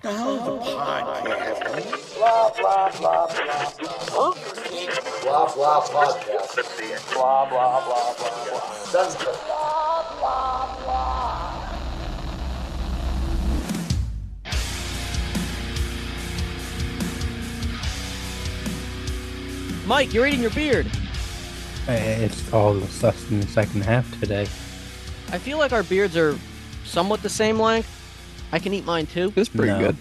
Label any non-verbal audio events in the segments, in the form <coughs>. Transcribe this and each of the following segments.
The hell is a podcast? Blah, blah, blah, blah, blah. Blah blah podcast. Blah, blah, blah, blah, blah. Sounds good. Mike, you're eating your beard. Uh, It's all the stuff in the second half today. I feel like our beards are somewhat the same length. I can eat mine too. It's pretty No. good.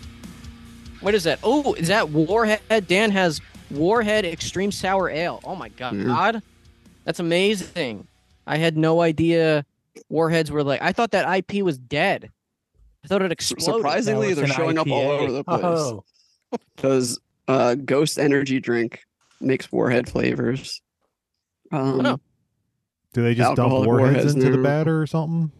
What is that? Oh, is that Warhead? Dan has Warhead Extreme Sour Ale. Oh my god, that's amazing. I had no idea Warheads were like. I thought that IP was dead. I thought it exploded. Now Surprisingly, it's they're an showing up all IPA. over the place Oh, because uh, Ghost Energy Drink makes Warhead flavors. Um, Oh. Do they just dump Alcoholic warheads warheads into the now. batter or something?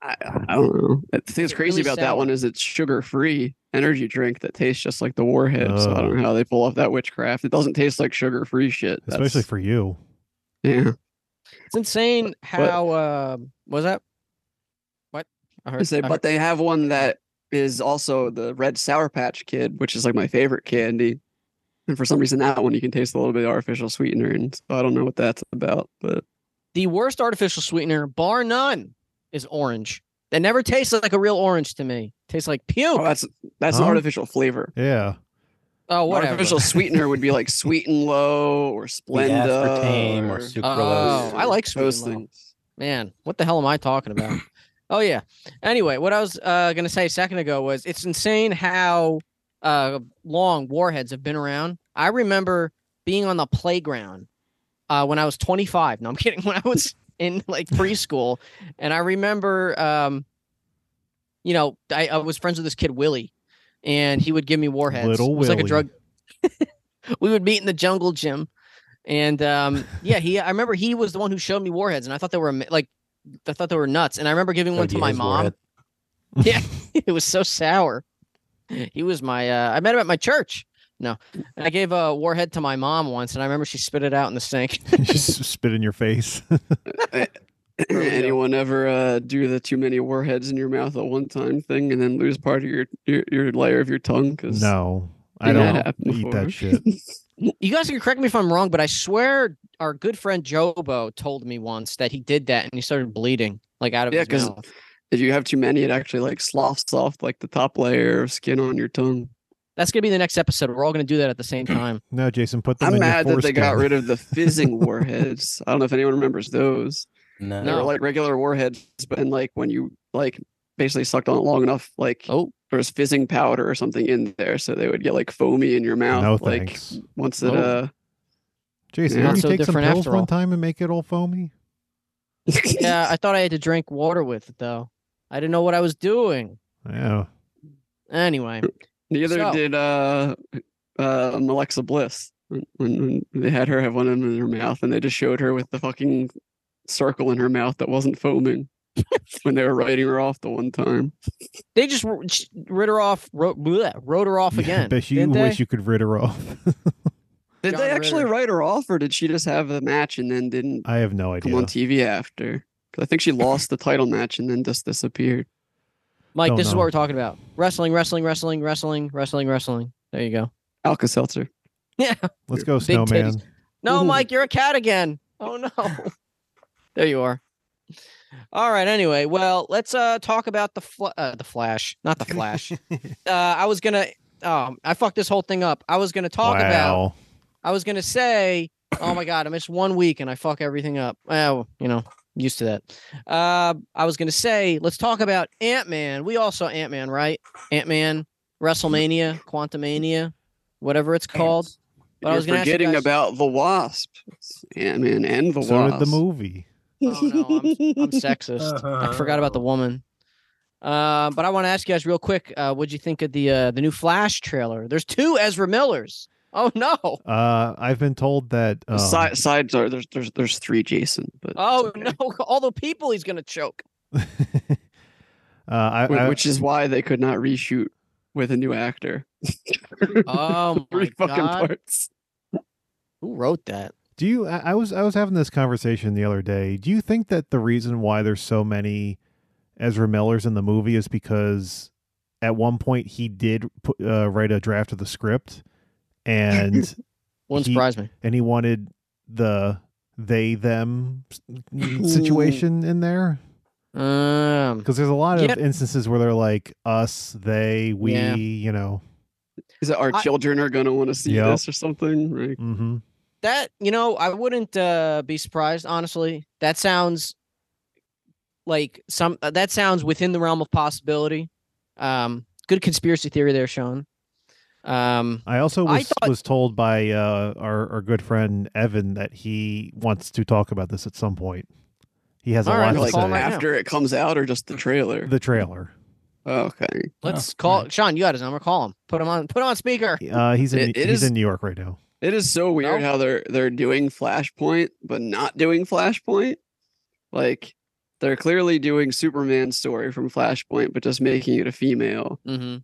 I, I don't know. The thing that's It crazy really about sour. that one is it's sugar-free energy drink that tastes just like the Warhead. So I Oh. don't know how they pull off that witchcraft. It doesn't taste like sugar-free shit. That's- Especially for you. yeah. <laughs> It's insane how. Uh, was that? What? I I heard. say, I but they have one that is also the red sour patch kid, which is like my favorite candy. And for some reason, that one you can taste a little bit of artificial sweetener, and so I don't know what that's about. But the worst artificial sweetener, bar none, is orange. That never tastes like a real orange to me. Tastes like puke. oh, Oh, that's that's Huh? an artificial flavor. <laughs> Yeah. whatever. <laughs> Artificial sweetener would be like Sweet and Low or the Splenda aspartame uh, or Oh, sucralose. I like Sweet those and Low. things. Man, what the hell am I talking <coughs> about? oh yeah. Anyway, what I was uh, gonna say a second ago was it's insane how uh, long warheads have been around. I remember being on the playground uh, when I was 25. No, I'm <laughs> kidding. When I was in like preschool, and I remember, um, you know, I, I was friends with this kid Willie, and he would give me warheads. Little it was like a Willie. drug. <laughs> we would meet in the jungle gym, and um, yeah, he. I remember he was the one who showed me warheads, and I thought they were ama- like, I thought they were nuts, and I remember giving one Cody to my is mom. Warhead. <laughs> it was so sour. He was my uh, I met him at my church. No, and I gave a warhead to my mom once, and I remember she spit it out in the sink. <laughs> just spit in your face. <clears throat> Anyone ever uh, do the too many warheads in your mouth at one time thing, and then lose part of your your, your layer of your tongue? 'Cause no. I Did that don't happen eat before? that shit. You guys can correct me if I'm wrong, but I swear our good friend Jobo told me once that he did that and he started bleeding like out of Yeah, his 'cause- mouth. If you have too many, it actually like sloughs off like the top layer of skin on your tongue. That's gonna be the next episode. We're all gonna do that at the same time. <clears throat> No, Jason, put them I'm in mad your that they foreskin. got rid of the <laughs> fizzing warheads. I don't know if anyone remembers those. No. They were No. like regular warheads, but and like when you like basically sucked on it long enough, like Oh. there was fizzing powder or something in there, so they would get like foamy in your mouth. No like thanks. once Oh. it uh <laughs> Jason, Yeah. did you So take some different pills after all. one time and make it all foamy? yeah, I thought I had to drink water with it though. I didn't know what I was doing. Yeah. Anyway, Neither So- did uh, uh, Alexa Bliss when, when when they had her have one in her mouth, and they just showed her with the fucking circle in her mouth that wasn't foaming <laughs> when they were writing her off the one time. they just wr- sh- writ her off, wrote, bleh, wrote her <laughs> off again. Bet you didn't they? wish you could rid her off. <laughs> Did John they actually Ritter. write her off, or did she just have a match and then didn't I have no come idea. on TV after? Because I think she lost the title match and then just disappeared. Mike, Don't this is know. what we're talking about: wrestling, wrestling, wrestling, wrestling, wrestling, wrestling. There you go. Alka Seltzer. Let's go, Big titties. Snowman. No, Ooh. Mike, you're a cat again. Oh no. <laughs> there you are. All right. Anyway, well, let's uh talk about the fl- uh, the Flash, not the Flash. <laughs> uh, I was gonna. Um, I fucked this whole thing up. I was gonna talk about. wow. I was gonna say, oh my god, I missed one week and I fuck everything up. Well, you know, used to that. Uh, I was gonna say, let's talk about Ant Man. We all saw Ant Man, right? Ant Man, WrestleMania, Quantumania, whatever it's called. But I You're was gonna ask you forgetting guys- about the Wasp. Ant Man and the So Wasp. did the movie. Oh, no, I'm sexist. <laughs> I forgot about the woman. Uh, but I want to ask you guys real quick. Uh, what'd you think of the uh, the new Flash trailer? There's two Ezra Millers. Oh no! Uh, I've been told that. Um, Si- sides are there's there's there's three Jason, but Oh it's okay. no! All the people he's gonna choke. <laughs> uh, I, Wh- I- which is why they could not reshoot with a new actor. <laughs> Oh my <laughs> Three fucking god! parts. Who wrote that? Do you? I, I was I was having this conversation the other day. Do you think that the reason why there's so many Ezra Millers in the movie is because at one point he did put, uh, write a draft of the script, and Wouldn't He- surprise me. and he wanted the they them s- situation in there Um, because there's a lot of Yep. instances where they're like us, they, we, Yeah. you know. Is it our I- children are gonna want to see Yep. this or something? Like, hmm that you know, I wouldn't uh, be surprised. Honestly, that sounds like some. uh, That sounds within the realm of possibility. Um, good conspiracy theory there, Sean. Um, I also I was, thought- was told by uh, our our good friend Evan that he wants to talk about this at some point. He has a All lot right, to I'll like call him say. right now. after it comes out or just the trailer? Oh, <laughs> the trailer. Okay. let's all call Sean. You got his number. Call him. Put him on. Put him on speaker. Uh, he's in It- it he's is- in New York right now. It is so weird No. how they're they're doing Flashpoint but not doing Flashpoint. Like they're clearly doing Superman's story from Flashpoint but just making it a female. Mm-hmm. Oh,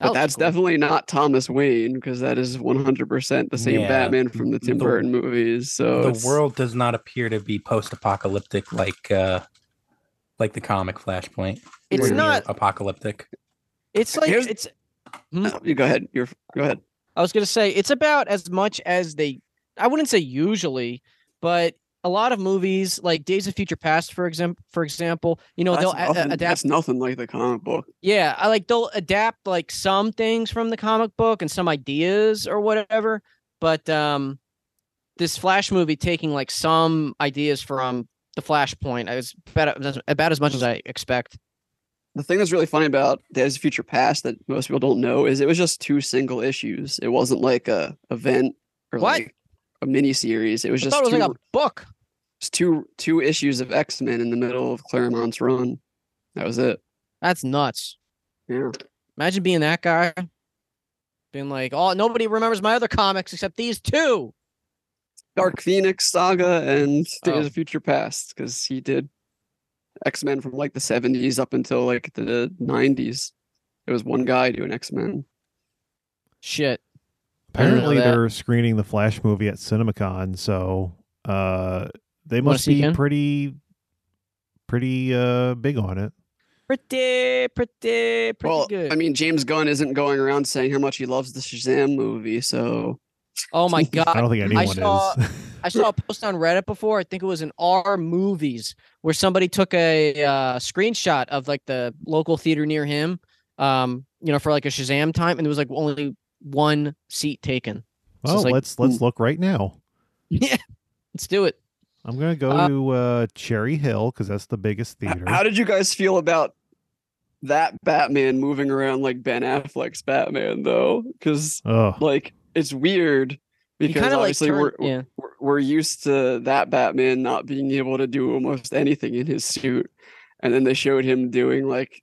But that's definitely not Thomas Wayne because that is 100% the same Yeah, Batman from the Tim the- Burton movies. So the Oh, it's- world does not appear to be post-apocalyptic like uh like the comic Flashpoint. It's where you're not- apocalyptic. It's like Here's- it's. No, you go ahead. You're go ahead. I was gonna say it's about as much as they. I wouldn't say usually, but a lot of movies like Days of Future Past, for example, for example, you know that's, they'll a- a- nothing, adapt. that's nothing like the comic book. Yeah, I like they'll adapt like some things from the comic book and some ideas or whatever. But um, this Flash movie taking like some ideas from the Flashpoint is about as- about as much as I expect. the thing that's really funny about Days of Future Past that most people don't know is it was just two single issues. It wasn't like a event or What? like a mini series. It was I just thought it was two, like a book. just two two issues of X Men in the middle of Claremont's run. That was it. That's nuts. Yeah. Imagine being that guy. Being like, oh, nobody remembers my other comics except these two. Dark Phoenix saga and Days Oh. of Future Past because he did X Men from like the seventies up until like the nineties. It was one guy doing X Men. Shit. I didn't know Apparently, that. they're screening the Flash movie at CinemaCon, so uh, they Wanna must see be Ken? pretty pretty uh, big on it. Pretty, pretty, pretty Well, good. I mean, James Gunn isn't going around saying how much he loves the Shazam movie, so oh <laughs> my I god. don't think anyone saw- <laughs> is. I saw a post on Reddit before. I think it was in R movies where somebody took a uh, screenshot of like the local theater near him, um, you know, for like a Shazam time, and there was like only one seat taken. <laughs> So oh, it's like, let's let's look right now. yeah, let's do it. I'm gonna go Uh, to uh, Cherry Hill because that's the biggest H- theater. How did you guys feel about that Batman moving around like Ben Affleck's Batman though? Because Ugh. like it's weird You because kinda, like, obviously turn- we're, yeah. we're we're used to that Batman not being able to do almost anything in his suit, and then they showed him doing like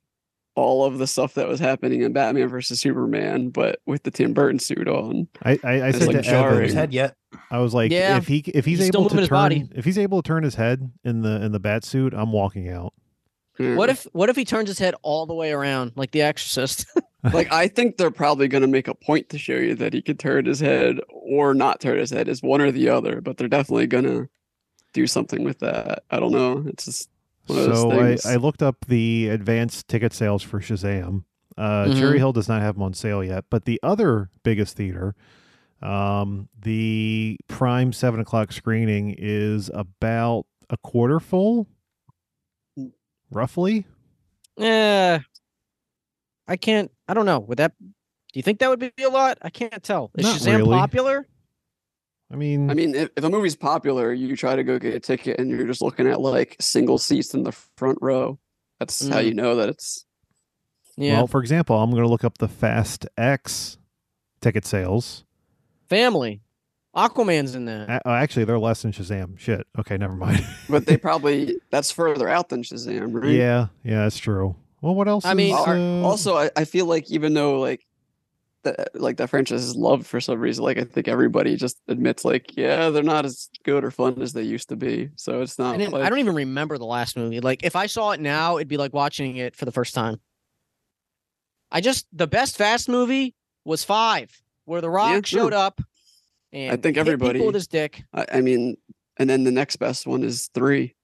all of the stuff that was happening in Batman versus Superman, but with the Tim Burton suit on. I, I, I It's said like to jarring. His Evan, head yet. I was like, Yeah. if he if he's, He's still able to moving his body. turn if he's able to turn his head in the in the bat suit, I'm walking out. Yeah. What if what if he turns his head all the way around like The Exorcist? like I think they're probably going to make a point to show you that he could turn his head or not turn his head. It's one or the other, but they're definitely going to do something with that. I don't know. It's just one of those So I, things. I looked up the advanced ticket sales for Shazam. Uh, Mhm. Cherry Hill does not have them on sale yet, but the other biggest theater, um, the prime seven o'clock screening is about a quarter full, roughly. Yeah. Eh, I can't. I don't know. Would that? Do you think that would be a lot? I can't tell. Is Not Shazam really. popular? I mean, I mean, if, if a movie's popular, you try to go get a ticket and you're just looking at like single seats in the front row. That's how Mm. you know that it's Yeah. well, for example, I'm going to look up the Fast X ticket sales. Family. Aquaman's in there. A- oh, actually, they're less than Shazam. Shit. Okay, never mind. but they probably that's further out than Shazam, right? yeah, yeah, that's true. Well, what else? I mean, is, are- uh, also I, I feel like even though like that like that franchise is loved for some reason like i think everybody just admits like yeah they're not as good or fun as they used to be so it's I, not didn't, like I don't even remember the last movie. Like if I saw it now, it'd be like watching it for the first time. I just the best Fast movie was Five, where The Rock showed true. up. And think hit everybody- people with his dick. I, I mean and then the next best one is three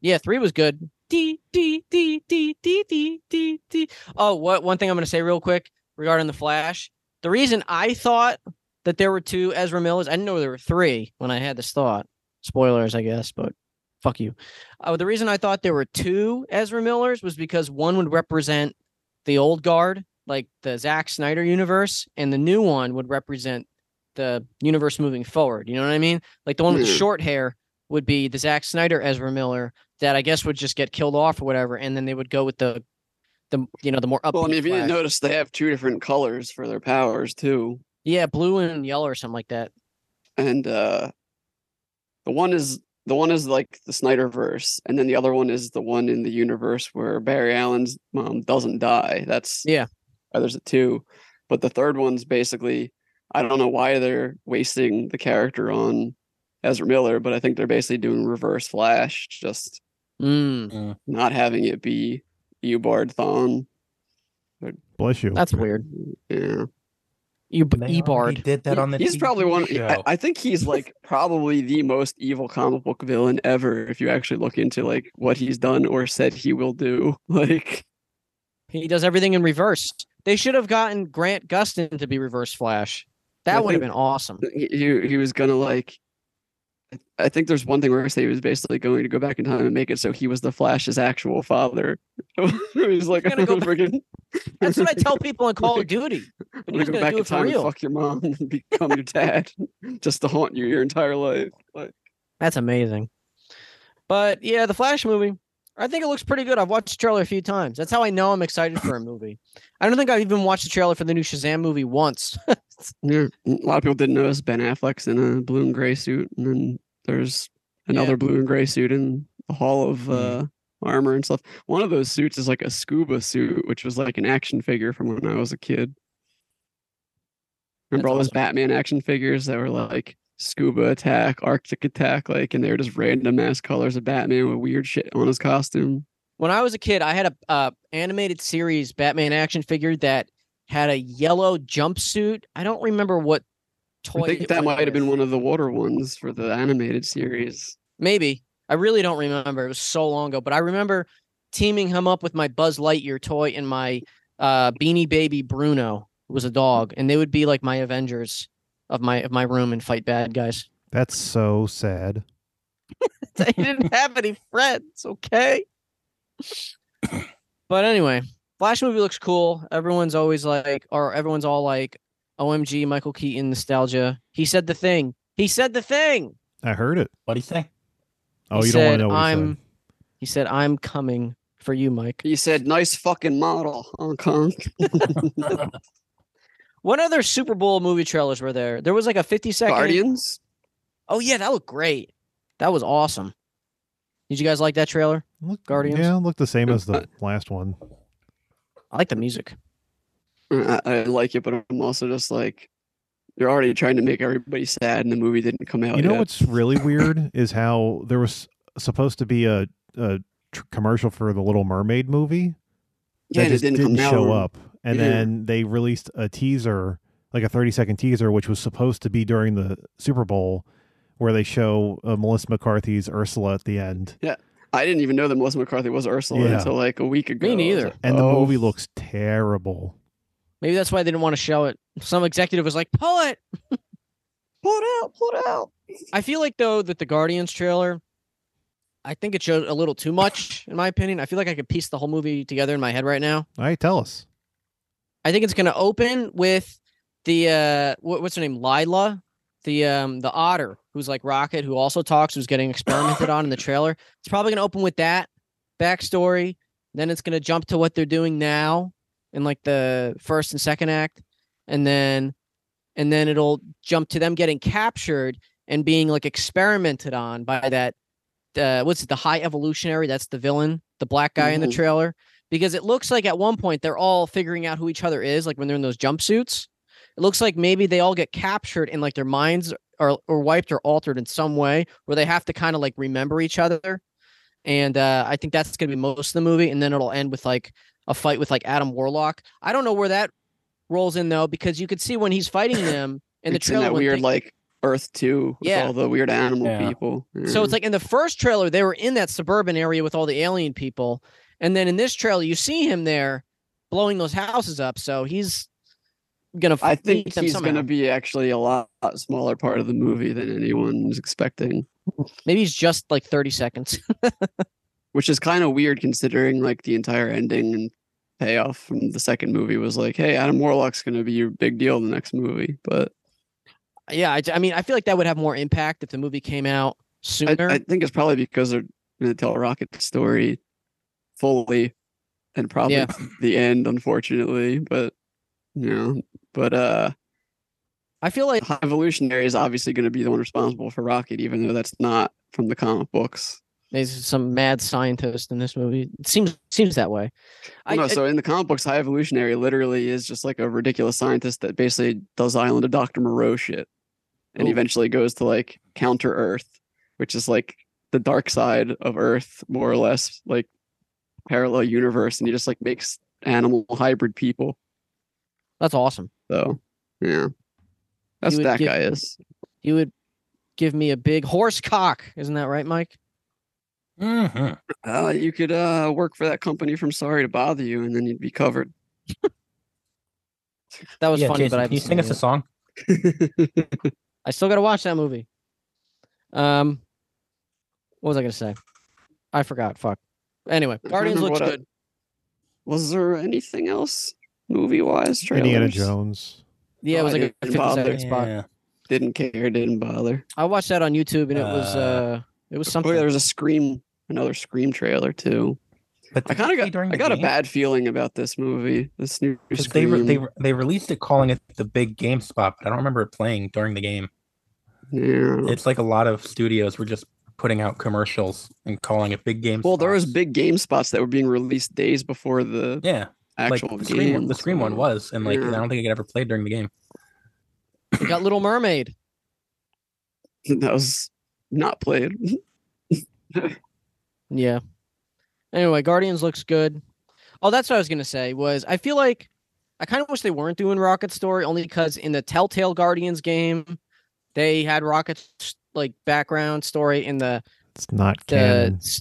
Yeah, three was good. dee dee dee dee dee dee dee dee. Oh, what one thing I'm going to say real quick regarding the Flash. The reason I thought that there were two Ezra Millers, I didn't know there were three when I had this thought. Spoilers, I guess, but fuck you. Uh, the reason I thought there were two Ezra Millers was because one would represent the old guard, like the Zack Snyder universe, and the new one would represent the universe moving forward. You know what I mean? Like the one with the Yeah. short hair would be the Zack Snyder Ezra Miller that I guess would just get killed off or whatever, and then they would go with the the you know the more upbeat. Well, I mean, if you didn't Flash. notice, they have two different colors for their powers too, yeah, blue and yellow or something like that. and uh, the one is the one is like the Snyderverse, and then the other one is the one in the universe where Barry Allen's mom doesn't die. That's Yeah. Or there's a two, but the third one's basically I don't know why they're wasting the character on Ezra Miller, but I think they're basically doing Reverse Flash, just Mm, not having it be Eobard Thawne. Bless you. that's weird. Yeah. You They already Ebard. did that He- on the. he's probably TV one Show. I, I think <laughs> he's like probably the most evil comic book villain ever if you actually look into like what he's done or said he will do <laughs> like He does everything in reverse. They should have gotten Grant Gustin to be Reverse Flash. I That would have think- been awesome. he- he, he was gonna like I- I think there's one thing where I say he was basically going to go back in time and make it so he was the Flash's actual father. <laughs> he's like, He's I'm gonna <laughs> go gonna, back- freaking- That's what I tell people in Call of Like- Duty. <laughs> I'm gonna he's go gonna back do in it for time and real. fuck your mom and become your dad <laughs> just to haunt you your entire life. Like, That's amazing. But yeah, the Flash movie, I think it looks pretty good. I've watched the trailer a few times. That's how I know I'm excited for a movie. I don't think I've even watched the trailer for the new Shazam movie once. Yeah, a lot of people didn't notice Ben Affleck's in a blue and gray suit, and then there's another blue and gray suit in the Hall of uh, Armor and stuff. One of those suits is like a scuba suit, which was like an action figure from when I was a kid. Remember That's all those awesome. Batman action figures that were like scuba attack, Arctic attack, like, and they were just random ass colors of Batman with weird shit on his costume. when I was a kid, I had a uh, animated series Batman action figure that had a yellow jumpsuit. I don't remember what toy. I think it that was might have been with. one of the water ones for the animated series. Maybe I really don't remember. It was so long ago, but I remember teaming him up with my Buzz Lightyear toy and my uh, Beanie Baby Bruno who was a dog, and they would be like my Avengers of my of my room and fight bad guys. That's so sad. <laughs> I didn't have any friends, okay? <coughs> But anyway, Flash movie looks cool. Everyone's always like, or everyone's all like, OMG, Michael Keaton nostalgia. He said the thing. He said the thing. I heard it. What do you say? Oh, He you don't want said, to know what he said. "I'm- He said, I'm coming for you, Mike. He said, "Nice fucking model, Hong Kong." What other Super Bowl movie trailers were there? There was like a 50 second. Guardians. Oh, yeah, that looked great. That was awesome. Did you guys like that trailer? Look, Guardians? Yeah, look the same <laughs> as the last one. I like the music. Mm, I, I like it, but I'm also just like, you're already trying to make everybody sad, and the movie didn't come out. you know yet. what's <laughs> really weird is how there was supposed to be a, a tr- commercial for the Little Mermaid movie Yeah, that and it just didn't, come out. show up, and Yeah. then they released a teaser, like a thirty second teaser, which was supposed to be during the Super Bowl, where they show uh, Melissa McCarthy's Ursula at the end, I didn't even know that Melissa McCarthy was Ursula Yeah. until like a week ago. I was neither. like, and the "Oh." movie looks terrible. Maybe that's why they didn't want to show it. Some executive was like, pull it. Pull it out, pull it out. I feel like though that the Guardians trailer, I think it showed a little too much, in my opinion. I feel like I could piece the whole movie together in my head right now. All right, tell us. I think it's gonna open with the uh what, what's her name? Lila, the um the otter who's like Rocket, who also talks, who's getting experimented on in the trailer. It's probably gonna open with that backstory. Then it's gonna jump to what they're doing now in like the first and second act, and then and then it'll jump to them getting captured and being like experimented on by that uh what's it, the high evolutionary? That's the villain, the black guy in the Mhm. trailer. Because it looks like at one point they're all figuring out who each other is, like when they're in those jumpsuits. It looks like maybe they all get captured and like their minds are or wiped or altered in some way where they have to kind of like remember each other. And uh, I think that's gonna be most of the movie, and then it'll end with like a fight with like Adam Warlock. <laughs> I don't know where that rolls in though, because you could see when he's fighting them in the it's in trailer that when weird thing- like Earth Two with Yeah. all the weird animal Yeah. people. So it's like in the first trailer, they were in that suburban area with all the alien people. And then in this trailer, you see him there blowing those houses up. So he's gonna I f- think meet them he's going somehow. to be actually a lot smaller part of the movie than anyone was expecting, maybe he's just like 30 seconds. <laughs> which is kind of weird considering like the entire ending and payoff from the second movie was like, "Hey, Adam Warlock's going to be your big deal in the next movie." But yeah, I, I mean I feel like that would have more impact if the movie came out I, sooner. I think it's probably because they're going to tell Rocket's story fully, and probably Yeah. <laughs> the end, unfortunately. But you know, but uh. I feel like High Evolutionary is obviously going to be the one responsible for Rocket, even though that's not from the comic books. there's some mad scientist in this movie. It seems seems that way. I, Well, no, I- so in the comic books, High Evolutionary literally is just like a ridiculous scientist that basically does Island of Dr. Moreau shit and Ooh. eventually goes to like Counter Earth, which is like the dark side of Earth, more or less, like parallel universe. And he just like makes animal hybrid people. that's awesome. So, yeah. That's would what that give- guy is. You would give me a big horse cock, isn't that right, Mike? Mhm. Uh, you could uh, work for that company from Sorry to Bother You, and then you'd be covered. <laughs> That was yeah, funny, Jason, but I can you sing us a song? I still got to watch that movie. Um, what was I gonna say? I forgot. Fuck. Anyway, I Guardians remember looks what I- good. was there anything else movie wise? Indiana Jones. yeah, it Oh, was I like a didn't 50 bother. second spot. Yeah. Didn't care. Didn't bother. I watched that on YouTube, and it was Uh, uh, it was Oh, something. yeah, there was a scream, another scream trailer too. But I didn't kind of they got, during I the got a game? bad feeling about this movie. This new 'Cause they, scream. re- they re- they released it calling it the big game spot, but I don't remember it playing during the game. yeah. It's like a lot of studios were just putting out commercials and calling it big game. Well, there was spots. big game spots that were being released days before the yeah, like actual the game. screen one, the screen one so- was, and like Yeah. I don't think it ever played during the game. we got Little Mermaid. <laughs> that was not played. Yeah. Anyway, Guardians looks good. Oh, that's what I was gonna say. Was I feel like I kind of wish they weren't doing Rocket Story only because in the Telltale Guardians game, they had Rocket's like background story in the It's not the canon. s-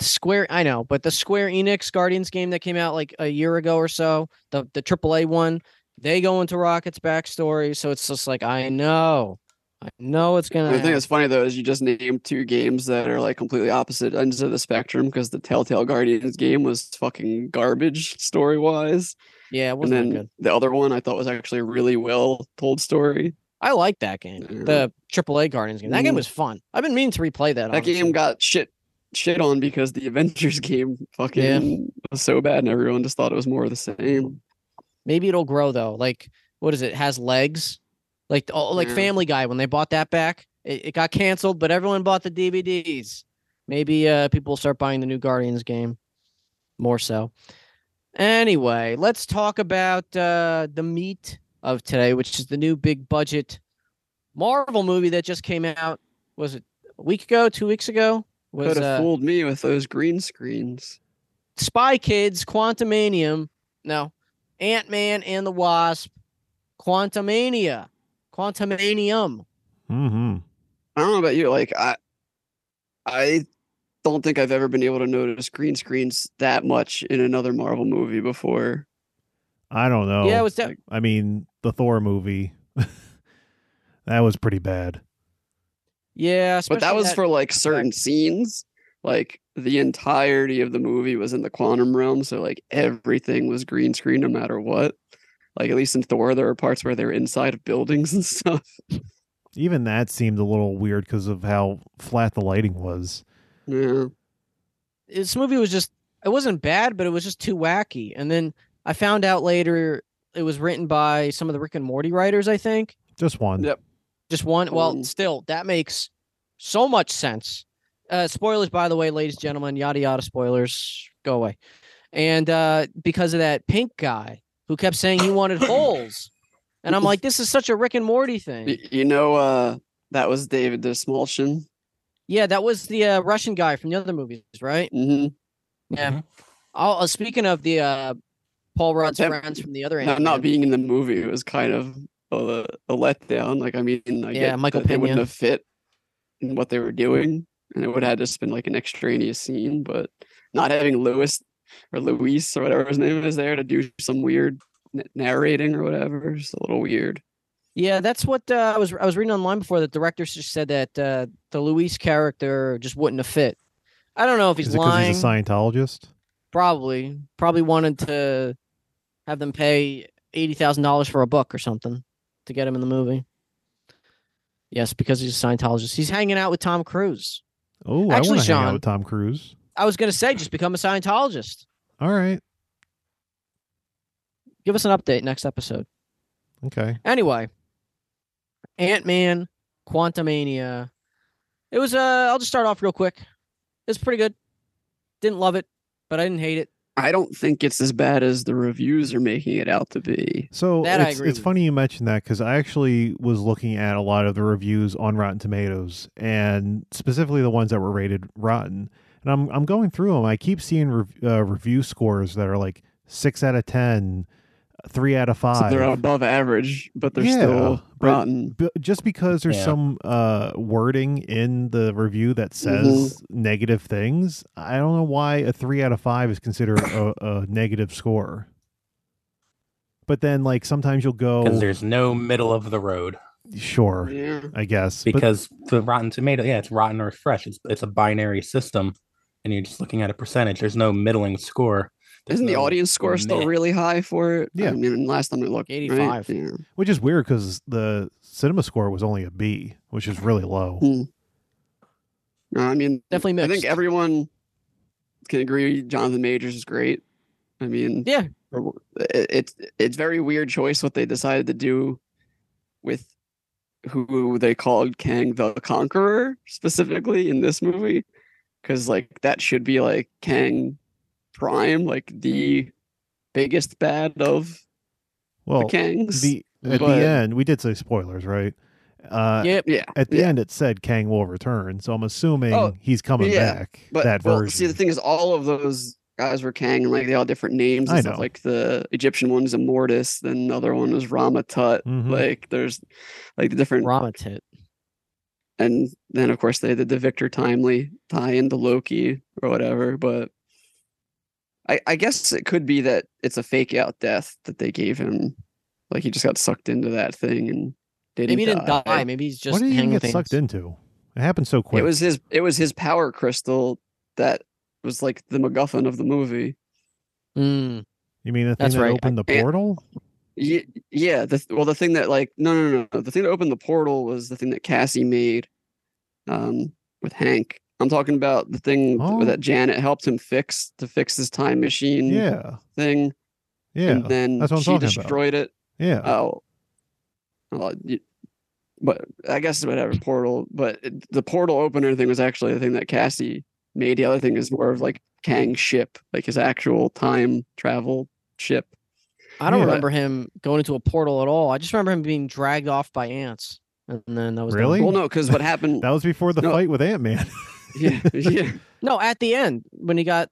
Square, I know, but the Square Enix Guardians game that came out like a year ago or so, the the AAA one, they go into Rocket's backstory, so it's just like I know, I know it's gonna. The thing happen. that's funny though is you just named two games that are like completely opposite ends of the spectrum because the Telltale Guardians game was fucking garbage story wise, yeah, it and wasn't that then good. the other one I thought was actually a really well told story. I like that game, Yeah. the AAA Guardians game. That game Mm. was fun. I've been meaning to replay that. That game honestly. got shit shit on because the <laughs> Avengers game fucking was so bad, and everyone just thought it was more of the same. Maybe it'll grow though. Like what is it? Has legs? Like oh, like Yeah. Family Guy when they bought that back, it, it got canceled, but everyone bought the DVDs. Maybe uh, people will start buying the new Guardians game more so. Anyway, let's talk about uh, the meat of today, which is the new big budget Marvel movie that just came out. Was it a week ago? Two weeks ago? Was Could have uh, fooled me with those green screens. Spy Kids, Quantumanium, no, Ant Man and the Wasp, Quantumania, Quantumanium. hmm I don't know about you. Like I, I don't think I've ever been able to notice green screens that much in another Marvel movie before. I don't Oh, know. yeah, it was de- I mean, the Thor movie. <laughs> that was pretty bad. yeah, But that especially was for like certain scenes. Like the entirety of the movie was in the quantum realm, so like everything was green screen, no matter what. Like at least in Thor, there were parts where they're inside of buildings and <laughs> stuff. Even that seemed a little weird because of how flat the lighting was. Yeah, this movie was just it wasn't bad, but it was just too wacky. And then I found out later it was written by some of the Rick and Morty writers, I think. Just one. Yep. Just one. Well, Mm. still, that makes so much sense. Uh, spoilers, by the way, ladies and gentlemen, yada yada spoilers, go away. And uh, because of that pink guy who kept saying he wanted <coughs> holes, and I'm like, this is such a Rick and Morty Y- thing. you know, uh, that was David Desmalchin. Yeah, that was the uh, Russian guy from the other movies, right? Mm-hmm. Yeah. Mhm. I'll, uh, speaking of the uh, Paul Rudd's Them- friends from the other, Not, Ant-Man, not being in the movie was kind of a, a letdown. Like I mean, I Yeah, get Michael that they wouldn't Pena. have fit in what they were doing, and it would have had just been like an extraneous scene. But not having Lewis or Luis or whatever his name is there to do some weird n- narrating or whatever, just a little weird. Yeah, that's what uh, I was. I was reading online before that the director just said that uh, the Luis character just wouldn't have fit. I don't know if he's Is it because lying. he's a Scientologist? Probably, probably wanted to have them pay eighty thousand dollars for a book or something to get him in the movie. Yes, because he's a Scientologist. He's hanging out with Tom Cruise. Oh, I Actually, want to hang out Sean- with Tom Cruise. I was gonna say, just become a Scientologist. All right. Give us an update next episode. Okay. Anyway, Ant Man, Quantumania. It was. Uh, I'll just start off real quick. It's pretty good. Didn't love it, but I didn't hate it. I don't think it's as bad as the reviews are making it out to be. So That I it's, agree it's with. funny you mentioned that because I actually was looking at a lot of the reviews on Rotten Tomatoes and specifically the ones that were rated rotten. And I'm I'm going through them. I keep seeing rev- uh, review scores that are like six out of ten, three out of So five. they're above average, but they're Yeah, still but- rotten. B- just because there's Yeah. some uh, wording in the review that Mm-hmm. says negative things, I don't know why a three out of five is considered a, a negative score. But then, like sometimes you'll Oh. because go, there's no middle of the road. sure, Yeah. I guess. But Because the Rotten Tomato, yeah, it's rotten or fresh. It's it's a binary system, and you're just looking at a percentage. There's no middling score. There's Isn't the no audience score still meh. really high for it? Yeah. I mean, last time I looked, right? 85. Yeah. which is weird because the cinema score was only a B, which is really low. Hmm. No, I mean, Definitely I mixed. think everyone can agree Jonathan Majors is great. I mean, Yeah. or- it- it's it's very weird choice what they decided to do with who they called Kang the Conqueror specifically in this movie, because like that should be like Kang Prime, like the biggest bad of Well, the Kangs. the at the but- end, we did say spoilers, right? Uh, yep. yeah, At the yeah. end, it said Kang will return, so I'm assuming Oh, he's coming yeah, back. But that well, version. see, the thing is, all of those guys were Kang, and like they all had different names. And I stuff. know. Like the Egyptian one's Immortus, then another one was Rama Tut. Mhm. Like there's like the different, Ramatit. and then of course they did the Victor Timely tie into Loki or whatever. But I, I guess it could be that it's a fake out death that they gave him. Like he just got sucked into that thing and didn't. Maybe he didn't die. die. Maybe he's just what did he even hanging get things. sucked into? It happened so quick. It was his. It was his power crystal that was like the MacGuffin of the movie. Mm, You mean the thing That's that right. opened the can't- portal? Ye- yeah the th- well the thing that like no no no the thing that opened the portal was the thing that cassie made um with hank i'm talking about the thing th- Oh. that janet helped him fix to fix this time machine Yeah, thing yeah, and then that's what I'm she talking about. destroyed it yeah. uh, oh well, you- but i guess whatever portal but it, the portal opener thing was actually the thing that cassie made the other thing is more of like kang's ship like his actual time travel ship I don't Yeah. remember him going into a portal at all. I just remember him being dragged off by ants, and then that was the- Really? well no because what happened <laughs> that was before the No. fight with Ant <laughs> Man. <laughs> yeah yeah No, at the end when he got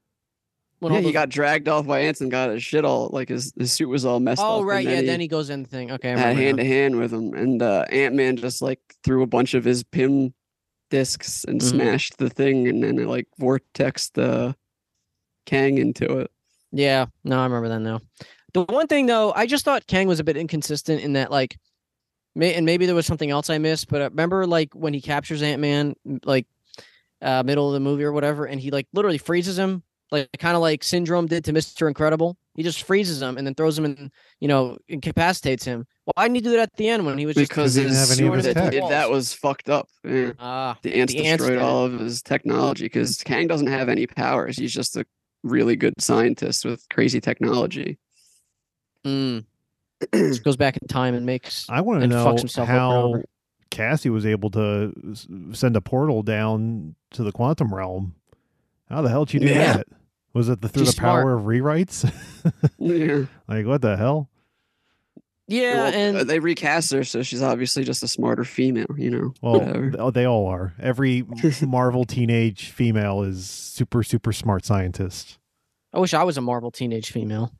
when yeah, all he those- got dragged off by ants and got his shit all like his, his suit was all messed up. Oh and right, yeah. Then he goes in the thing. Okay, I had remember. hand now. to hand with him, and uh, Ant Man just like threw a bunch of his Pym discs and Mhm. smashed the thing, and then it like vortexed the Kang into it. Yeah, no, I remember that now. The one thing though, I just thought Kang was a bit inconsistent in that like, may, and maybe there was something else I missed, but I remember like when he captures Ant Man, like uh, middle of the movie or whatever, and he like literally freezes him, like kind of like Syndrome did to Mister Incredible. He just freezes him and then throws him in, you know, incapacitates him. Why didn't he do that at the end when he was just Because he didn't his have any of suit his that, tech. it- that was fucked up. Yeah. ah The ants The ants destroyed did it. Mm-hmm. all of his technology because Kang doesn't have any powers. He's just a really good scientist with crazy technology. <clears throat> mm. Just goes back in time and makes I want to And know fucks himself up how forever. Cassie was able to s- send a portal down to the quantum realm. How the hell did she do Yeah. that? Was it the, through She's the power of rewrites? <laughs> Yeah. like what the hell? yeah, Well, and uh, they recast her, so she's obviously just a smarter female, you know. Well, whatever. th- oh, they all are. Every <laughs> Marvel teenage female is super super smart scientist. I wish I was a Marvel teenage female.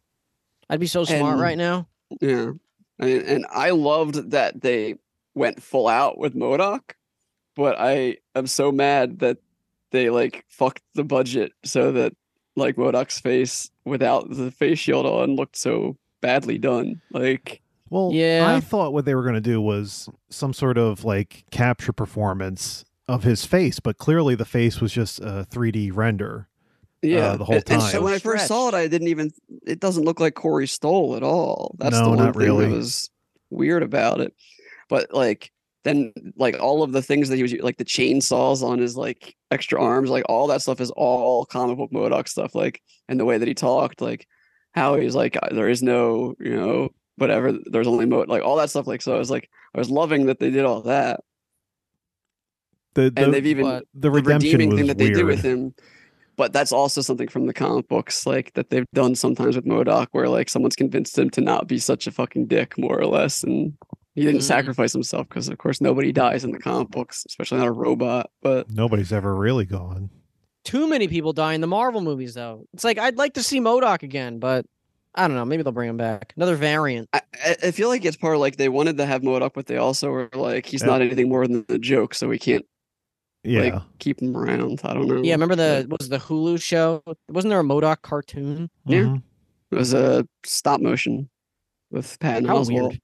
I'd be so smart And- right now. yeah. And, and I loved that they went full out with Modoc, but I am so mad that they like fucked the budget so that like Modoc's face without the face shield on looked so badly done. Like Well, Yeah. I thought what they were going to do was some sort of like capture performance of his face, but clearly the face was just a 3D render. yeah, uh, the whole and- And time. so when I first saw it, I didn't even. It doesn't look like Corey Stoll at all. That's the No, one not thing really. that was weird about it. But like then, like all of the things that he was u- like the chainsaws on his like extra arms, like all that stuff is all comic book Modoc stuff. Like and the way that he talked, like how he's like "Uh, there is no you know whatever. There's only Mo like all that stuff. Like so, I was like I was loving that they did all that, The the, and they've even but the the redemption redeeming was thing that they weird. do with him. But that's also something from the comic books, like that they've done sometimes with Modoc, where like someone's convinced him to not be such a fucking dick, more or less, and he didn't Mhm. sacrifice himself because, of course, nobody dies in the comic books, especially not a robot. But Nobody's ever really gone. Too many people die in the Marvel movies, though. It's like I'd like to see Modoc again, but I don't know. Maybe they'll bring him back. Another variant. I, I I feel like it's part of like they wanted to have Modoc, but they also were like he's Yeah. not anything more than a joke, so we can't Yeah. like keep him around. I don't know. Yeah, remember the what was it, the Hulu show? Wasn't there a Modoc cartoon? yeah. Mhm. it was a stop motion with Patton How Oswalt. weird.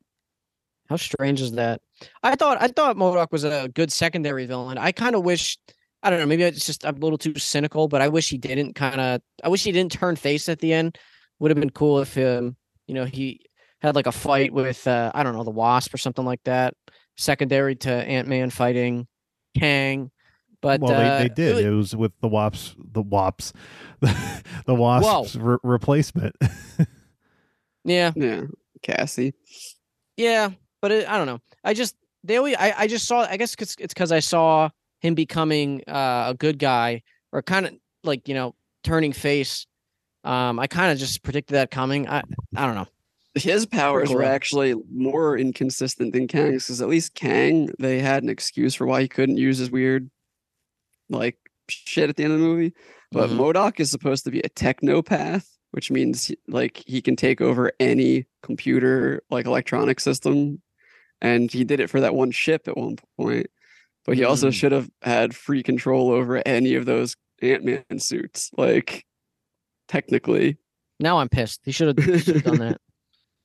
How strange is that? I thought I thought Modoc was a good secondary villain. I kind of wish I don't know, maybe it's just I'm a little too cynical, but I wish he didn't kind of I wish he didn't turn face at the end. Would have been cool if um, you know, he had like a fight with uh I don't know, the Wasp or something like that, secondary to Ant-Man fighting Kang. But well, uh, they, they it did. was- It was with the wops, the wops, <laughs> the, wasps re- replacement. <laughs> yeah. Yeah, Cassie. Yeah, but it, I don't know. I just they always I, I just saw I guess 'cause- it's because I saw him becoming uh, a good guy or kind of like you know turning face. Um, I kind of just predicted that coming. I I don't know. his powers were Cool. actually more inconsistent than Kang's because at least Kang, they had an excuse for why he couldn't use his weird, like, shit at the end of the movie. But Mhm. Modoc is supposed to be a technopath, which means he- like he can take over any computer, like electronic system, and he did it for that one ship at one point. But he also Mm. should have had free control over any of those Ant Man suits, like technically. Now I'm pissed. He should have done that.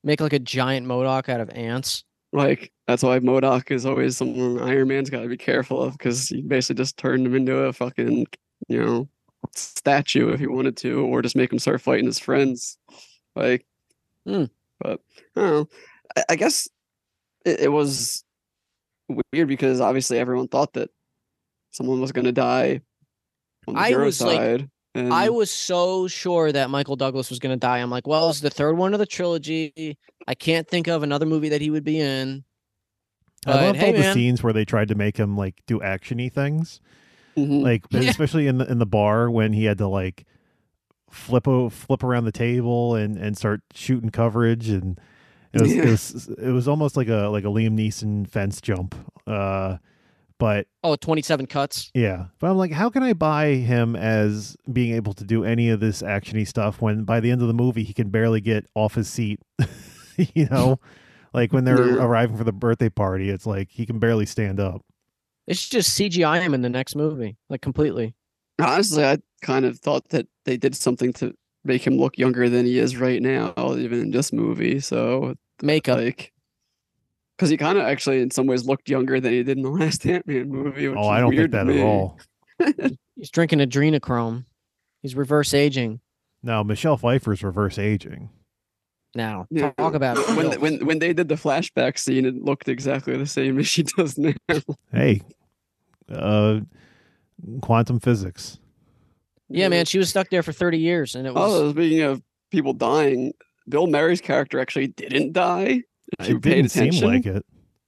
Make like a giant Modoc out of ants. Like that's why Modoc is always someone Iron Man's got to be careful of because he basically just turned him into a fucking you know statue if he wanted to, or just make him start fighting his friends. Like, Hmm. but I don't know. I, I guess it, it was weird because obviously everyone thought that someone was gonna die on the I hero was, like- side. and I was so sure that Michael Douglas was going to die. I'm like, well, it's the third one of the trilogy. I can't think of another movie that he would be in. But, I loved hey, all the man. scenes where they tried to make him like do actiony things. Mhm. like Yeah. especially in the in the bar when he had to like flip o- flip around the table and and start shooting coverage and it was, it Yeah. was it was almost like a like a Liam Neeson fence jump uh but Oh, 27 cuts. yeah but I'm like how can I buy him as being able to do any of this actiony stuff when by the end of the movie he can barely get off his seat <laughs> you know like when they're Yeah. arriving for the birthday party it's like he can barely stand up It's just CGI him in the next movie, like completely. Honestly, I kind of thought that they did something to make him look younger than he is right now, even in this movie. So, Makeup. like, because he kind of actually, in some ways, looked younger than he did in the <laughs> last Ant Man movie. Which oh I is don't think weird to that at me. all He's drinking adrenochrome. He's reverse aging now Michelle Pfeiffer's reverse aging now. Yeah. Talk about Wh- when, filth. when when they did the flashback scene, it looked exactly the same as she <laughs> does now. hey uh quantum physics yeah, man, she was stuck there for thirty years, and it was Oh, speaking of people dying, Bill Murray's character actually didn't die. If you paid it didn't attention, seem like it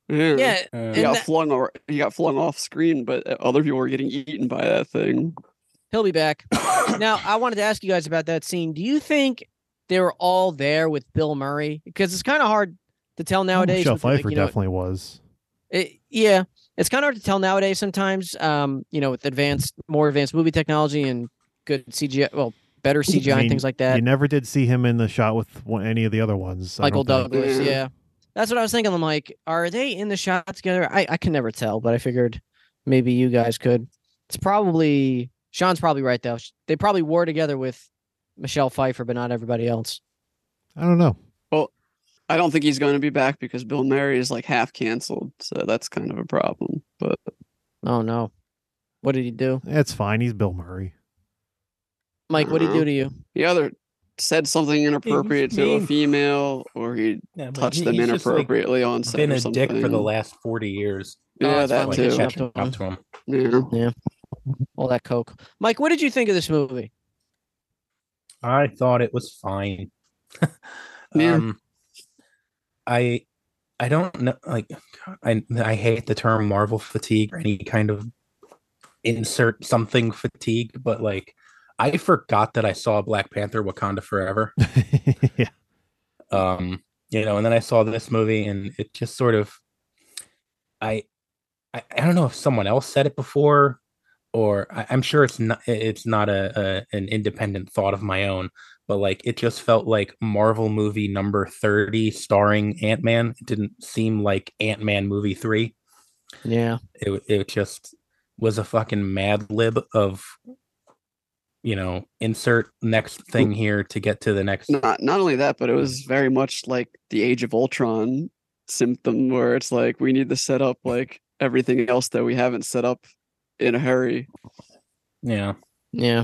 yeah. yeah. Uh, and He got that- flung or he got flung off screen, but uh, other people were getting eaten by that thing. He'll be <coughs> back. now, I wanted to ask you guys about that scene. Do you think they were all there with Bill Murray? Because it's kind of hard to tell nowadays. Oh, michelle with, like, pfeiffer you know, definitely was It, yeah, it's kind of hard to tell nowadays. Sometimes, um, you know, with advanced, more advanced movie technology and good CGI, well, better CGI mean, and things like that. you never did see him in the shot with one, any of the other ones I Michael don't think. Douglas, Yeah. yeah. That's what I was thinking. I'm like, are they in the shot together? I, I can never tell, but I figured maybe you guys could. It's probably Sean's probably right though. Sh- They probably were together with Michelle Pfeiffer, but not everybody else. I don't know. I don't think he's going to be back because Bill Murray is like half canceled, so that's kind of a problem. But Oh no. What did he do? It's fine. He's Bill Murray. <laughs> Mike, what did Uh-huh. he do to you? he either said something inappropriate to a mean. female or he Yeah, but touched he- them he's just, like, inappropriately on set been or a something. dick for the last 40 years. yeah, Oh, that's that why Like, we too. can't catch up to him. Yeah. All that coke. Mike, what did you think of this movie? I thought it was fine. Yeah. Um, I I don't know like I I hate the term Marvel fatigue or any kind of insert something fatigue, but like I forgot that I saw Black Panther Wakanda Forever. yeah. Um, you know, and then I saw this movie and it just sort of I I, I don't know if someone else said it before or I, I'm sure it's not it's not a, a an independent thought of my own, but like it just felt like Marvel movie number 30 starring Ant-Man. It didn't seem like Ant-Man movie 3. Yeah. It w- it just was a fucking mad lib of you know, insert next thing here to get to the next Not not only that, but it was very much like the Age of Ultron symptom where it's like we need to set up like everything else that we haven't set up in a hurry. yeah. Yeah.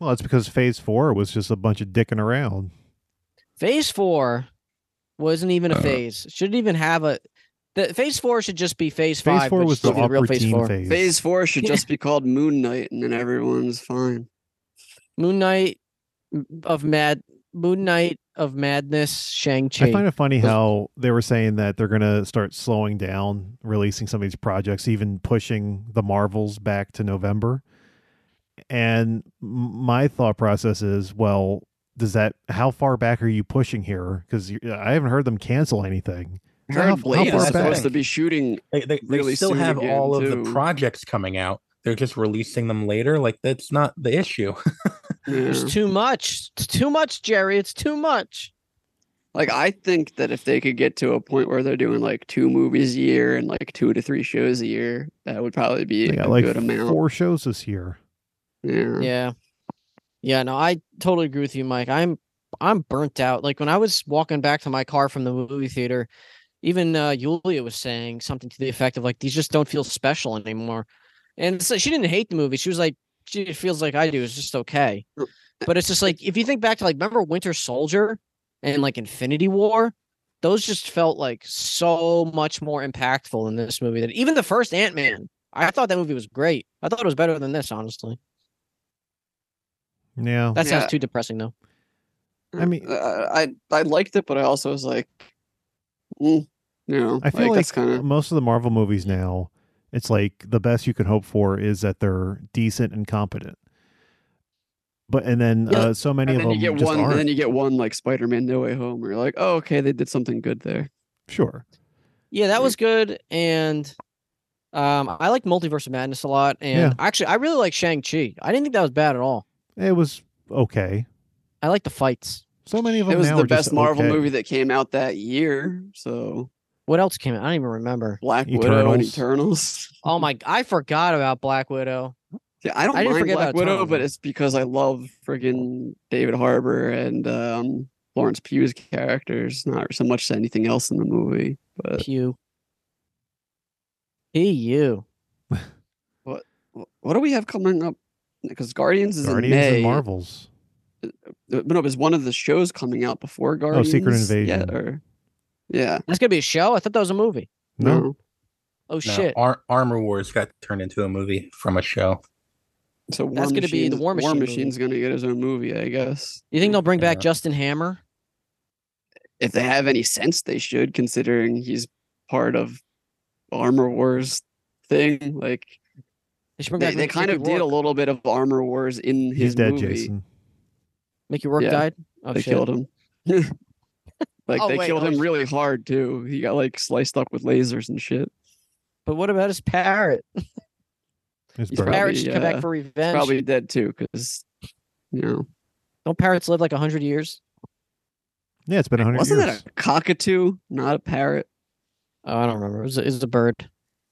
Well, it's because Phase Four was just a bunch of dicking around. Phase four wasn't even a Uh. phase. Shouldn't even have a the phase four should just be phase, Phase five. Four which was should the be the real awkward phase teen four. phase. Phase four should Yeah. just be called Moon Knight and then everyone's fine. Moon Knight of Mad Moon Knight of Madness, Shang I find Chi. it funny was- how they were saying that they're going to start slowing down releasing some of these projects, even pushing the Marvels back to November. And m- my thought process is, well, does that how far back are you pushing here? Because I haven't heard them cancel anything. I So heard how- how Blade far is supposed back? to be shooting. They, they, they really still soon have again, all of too. the projects coming out. They're just releasing them later. Like that's not the issue. <laughs> Yeah. It's too much. It's too much, Jerry. It's too much. Like I think that if they could get to a point where they're doing like two movies a year and like two to three shows a year, that would probably be They got a like good amount. four shows this year. Yeah. Yeah. Yeah, no, I totally agree with you, Mike. I'm I'm burnt out. Like when I was walking back to my car from the movie theater, even uh Yulia was saying something to the effect of like these just don't feel special anymore. And so she didn't hate the movie. She was like, she feels like I do. It's just okay. But it's just like if you think back to like remember Winter Soldier and like Infinity War, those just felt like so much more impactful than this movie. That even the first Ant Man, I thought that movie was great. I thought it was better than this, honestly. Yeah. That sounds Yeah. too depressing, though. I mean- uh, I I liked it, but I also was like, mm, you know, I feel like, that's kind of most of the Marvel movies now, it's like the best you can hope for is that they're decent and competent. But and then Yeah, uh, so many And of then them you get just one, and aren't. then you get one like Spider-Man: No Way Home. Where you're like, oh, okay, they did something good there. Sure. Yeah, that Right. was good, and um, I like Multiverse of Madness a lot, and actually, I really like Shang Chi. I didn't think that was bad at all. It was okay. I like the fights. So many of them It was now the are just best Marvel okay. movie that came out that year. So What else came out? I don't even remember. Black Widow and Eternals. Eternals. <laughs> Oh my! I forgot about Black Widow. Yeah, I don't I didn't mind forget Black about Widow, Eternals, but though. it's because I love friggin' David Harbour and um, Lawrence Pugh's characters, not so much anything else in the movie. But Pew. P.U. wh- what do we have coming up? Because Guardians is Guardians in May. and Marvels. Uh, No, is one of the shows coming out before Guardians? Oh, Secret Invasion. Yeah, or, yeah. That's gonna be a show. I thought that was a movie. No, Oh No, shit! Ar- Armor Wars got turned into a movie from a show. So War That's gonna be the Machine's- War Machine movie. Machine's going to get his own movie, I guess. You think they'll bring back Yeah. Justin Hammer? If they have any sense, they should, considering he's part of Armor Wars thing. Like They should bring they, back. they Mickey- kind Mickey of did a Rourke. little bit of Armor Wars in his he's dead, movie. Jason. Mickey Rourke Yeah. died. Oh they shit! killed him. <laughs> like Oh, they wait, killed oh, him shit. really hard too. He got like sliced up with lasers and shit. But what about his parrot? He's It's Brad. probably- Parrots should come back uh, for revenge. Probably dead too, because you know Don't parrots live like hundred years? yeah, it's been a hundred wasn't years. that a cockatoo, not a parrot? Oh, I don't remember. It was, it was a bird.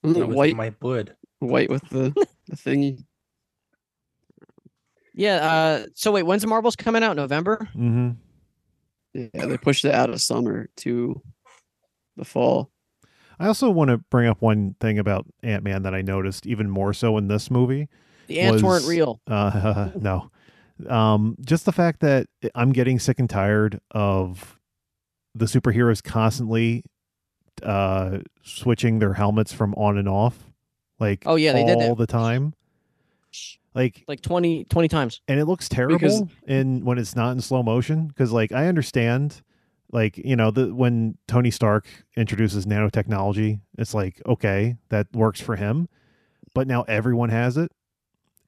Wasn't That it was white, my bud. white with <laughs> the, the thingy? Yeah. Uh, so wait, when's the Marvels coming out? November. Mm-hmm. Yeah, they pushed it out of summer to the fall. I also want to bring up one thing about Ant Man that I noticed even more so in this movie. The ants weren't Was- real. Uh, <laughs> no, um, just the fact that I'm getting sick and tired of the superheroes constantly uh, switching their helmets from on and off. Like Oh, yeah, they all did that. the time. Like Like 20, 20 times. and it looks terrible Because- in when it's not in slow motion because like i understand like you know the when tony stark introduces nanotechnology it's like okay that works for him but now everyone has it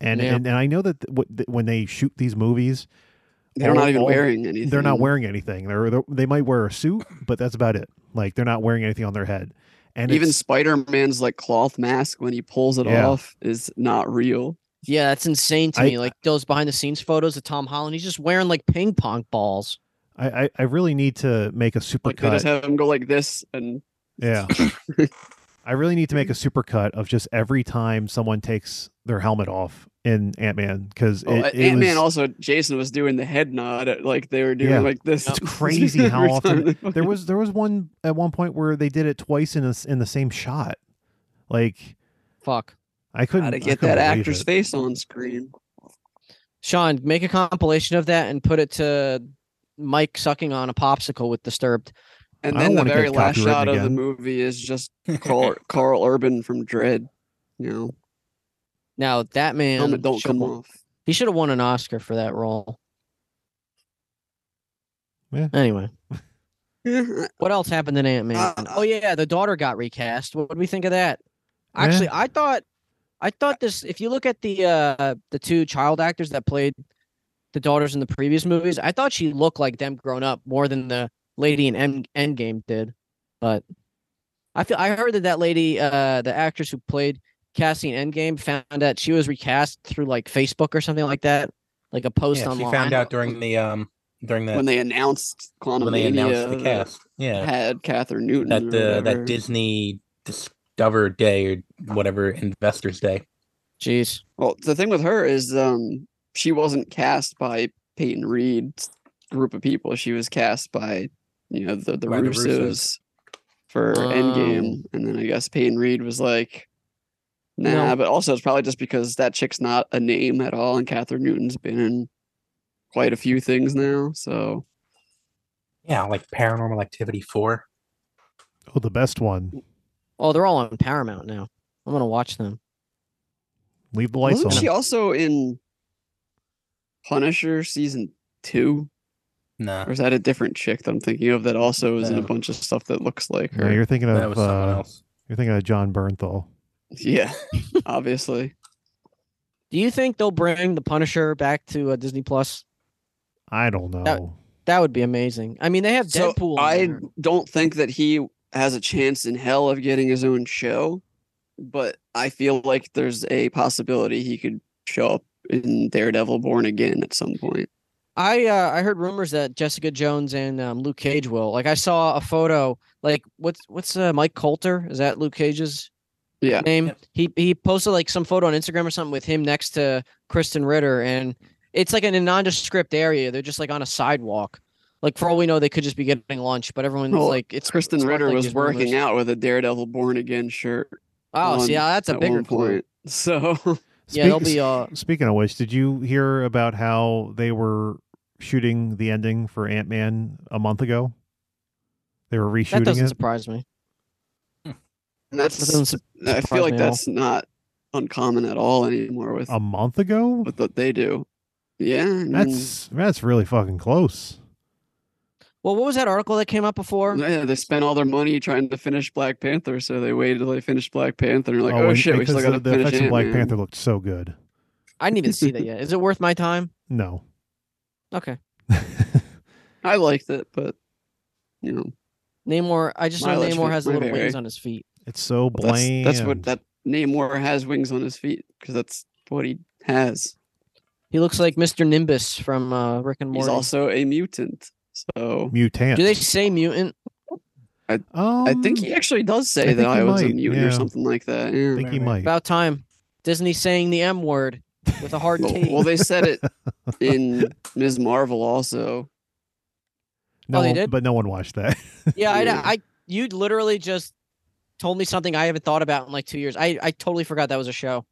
and Yeah. and, and i know that th- what- th- when they shoot these movies They're all- not even all- wearing anything. they're not wearing anything they're, they're they might wear a suit but that's about it like they're not wearing anything on their head and even it's, Spider Man's like cloth mask when he pulls it Yeah. off is not real. Yeah, that's insane to I- me. Like those behind the scenes photos of Tom Holland. He's just wearing like ping pong balls. I, I i really need to make a super Like they just have him go like this and Yeah. I really need to make a supercut of just every time someone takes their helmet off in Ant Man because oh, it, it Ant Man. was- Also, Jason was doing the head nod, at, like they were doing Yeah. like this. <laughs> It's crazy how every often- time they there fucking- was there was one at one point where they did it twice in a s in the same shot. Like Fuck. I couldn't gotta I get couldn't that believe actor's it. face on screen. Sean, make a compilation of that and put it to Mike sucking on a popsicle with Disturbed. And I then don't the wanna get very last copywritten shot of the again. movie is <laughs> just <laughs> Carl, Carl Urban from Dread. You know, Now that man, helmet don't should've come won- off. <laughs> He should have won an Oscar for that role. Yeah. Anyway, Yeah, what else happened in Ant Man? Uh, oh yeah, the daughter got recast. What did we think of that? Actually, I thought, I thought this. If you look at the uh the two child actors that played the daughters in the previous movies, I thought she looked like them grown up more than the lady in End Endgame did. But I feel I heard that that lady, uh, the actress who played Cassie in Endgame, found out she was recast through like Facebook or something like that, like a post Yeah, she online. found out during the um during the when they announced Quantum when they announced the cast. Yeah, had Catherine Newton that or the whatever. that Disney Discover Day or whatever Investors Day. Jeez. Well, the thing with her is um she wasn't cast by Peyton Reed's group of people. She was cast by you know the the By the Russos, Russos. for Oh. Endgame, and then I guess Peyton Reed was like, nah. No. But also, it's probably just because that chick's not a name at all, and Catherine Newton's been in quite a few things now. So Yeah, like Paranormal Activity Four. Oh, the best one. Oh, they're all on Paramount now. I'm gonna watch them. Leave the lights wasn't on. she also in Punisher season two, Nah, or is that a different chick that I'm thinking of that also is in a No. bunch of stuff that looks like No, her? you're thinking that of was someone uh, else. you're thinking of John Bernthal. <laughs> Yeah, obviously. Do you think they'll bring the Punisher back to uh, Disney Plus? I don't know. That would be amazing. I mean, they have So Deadpool. in I there. don't think that he has a chance in hell of getting his own show, but I feel like there's a possibility he could show up in Daredevil Born Again at some point. I uh, I heard rumors that Jessica Jones and um, Luke Cage will. Like I saw a photo. Like what's what's uh, Mike Coulter? Is that Luke Cage's Yeah. name? He he posted like some photo on Instagram or something with him next to Kristen Ritter, and it's like in a nondescript area. They're just like on a sidewalk. Like for all we know, they could just be getting lunch, but everyone's Well, like it's Kristen it's not Ritter like was there's working rumors. out with a Daredevil Born Again shirt Oh, on see, yeah, that's a at bigger one point. point. <laughs> <laughs> So Yeah, they'll Speak- be uh, Speaking of which, did you hear about how they were shooting the ending for Ant Man a month ago? They were that reshooting doesn't it. surprise me. That doesn't that's su- I surprise feel me like at all. that's not uncommon at all anymore with Oh. A month ago? with what they do. Yeah, I mean, That's that's really fucking close. Well, what was that article that came up before? Yeah, they spent all their money trying to finish Black Panther, so they waited till they finished Black Panther and they're like, oh, and- shit, we because still the, gotta the finish effects of Black Ant-Man." Panther looked so good. I didn't even see <laughs> that yet. Is it worth my time? No, <laughs> Okay. I liked it, but you know, Namor, I just know Mileage Namor may- has may little vary. wings on his feet. it's so well, bland. that's, that's what that Namor has wings on his feet because that's what he has. He looks like Mr. Nimbus from uh, Rick and He's Morty. also a mutant, so mutant. Do they say mutant? Um, I think he actually does I say that think he I was a might, mutant or yeah. something like that. yeah. I think he Right, might. About time. Disney saying the M word with a <laughs> hard Well, T. well, they said <laughs> it in Ms. Marvel also. No Oh, they one- did? but no one watched that. yeah, I, Yeah. I, you literally just told me something I haven't thought about in like two years. I, I totally forgot that was a show.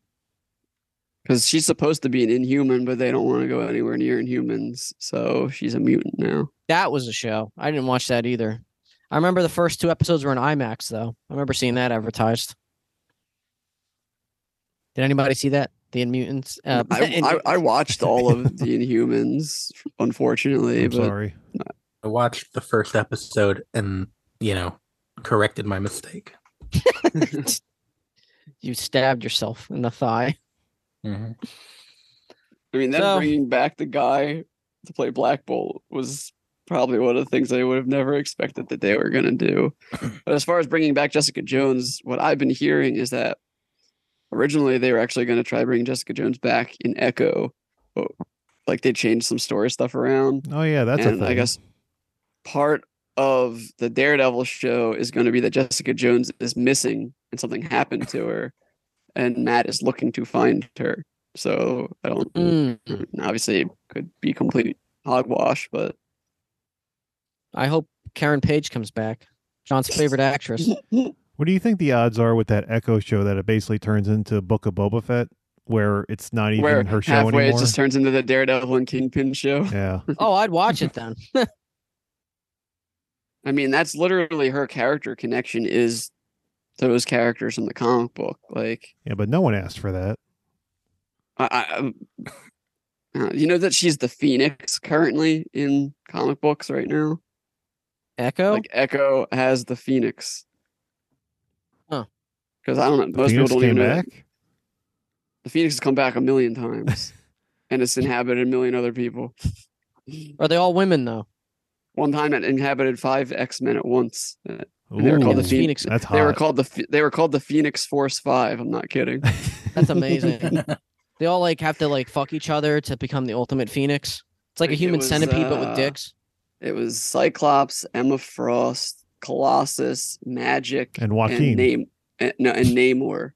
Because she's supposed to be an inhuman, but they don't want to go anywhere near inhumans. So she's a mutant now. That was a show. I didn't watch that either. I remember the first two episodes were in IMAX though. I remember seeing that advertised. Did anybody see that? The Inmutants. Uh, <laughs> I, in- I, I watched all of the inhumans, unfortunately, <laughs> I'm but sorry. I watched the first episode and you know corrected my mistake. you stabbed yourself in the <laughs> thigh. Mm-hmm. I mean, them So- bringing back the guy to play Black Bolt was probably one of the things I would have never expected that they were going to <coughs> do. But as far as bringing back Jessica Jones, what I've been hearing is that originally they were actually going to try bringing Jessica Jones back in Echo, but like they changed some story stuff around Oh yeah, that's a and thing. I guess part of the Daredevil show is going to be that Jessica Jones is missing and something happened to her, and Matt is looking to find her. So I don't. Mm. Obviously, it could be complete hogwash, but I hope Karen Page comes back. John's favorite <laughs> actress. What do you think the odds are with that Echo show that it basically turns into Book of Boba Fett, where it's not even where her show halfway anymore? it just turns into the Daredevil and Kingpin show. <laughs> Yeah, Oh, I'd watch it then. I mean, that's literally her character connection is those characters in the comic book. Like, yeah, but no one asked for that. I, I- I, uh, you know that she's the Phoenix currently in comic books right now. Echo. Like Echo has the Phoenix. Huh. Because I don't know, The most Phoenix people don't came even know. that- back. The Phoenix has come back a million <laughs> times, and it's inhabited a million other people. Are they all women though? One time, it inhabited five X Men at once. Uh, They were Ooh, called the Ooh. Phoenix. That's hot. They were called the Ph- they were called the Phoenix Force Five. I'm not <laughs> kidding. That's amazing. they all like have to like fuck each other to become the ultimate phoenix. It's like a Like, it human was, centipede but with uh, dicks. It was Cyclops, Emma Frost, Colossus, Magic, and Joaquin. and name and, no, and Namor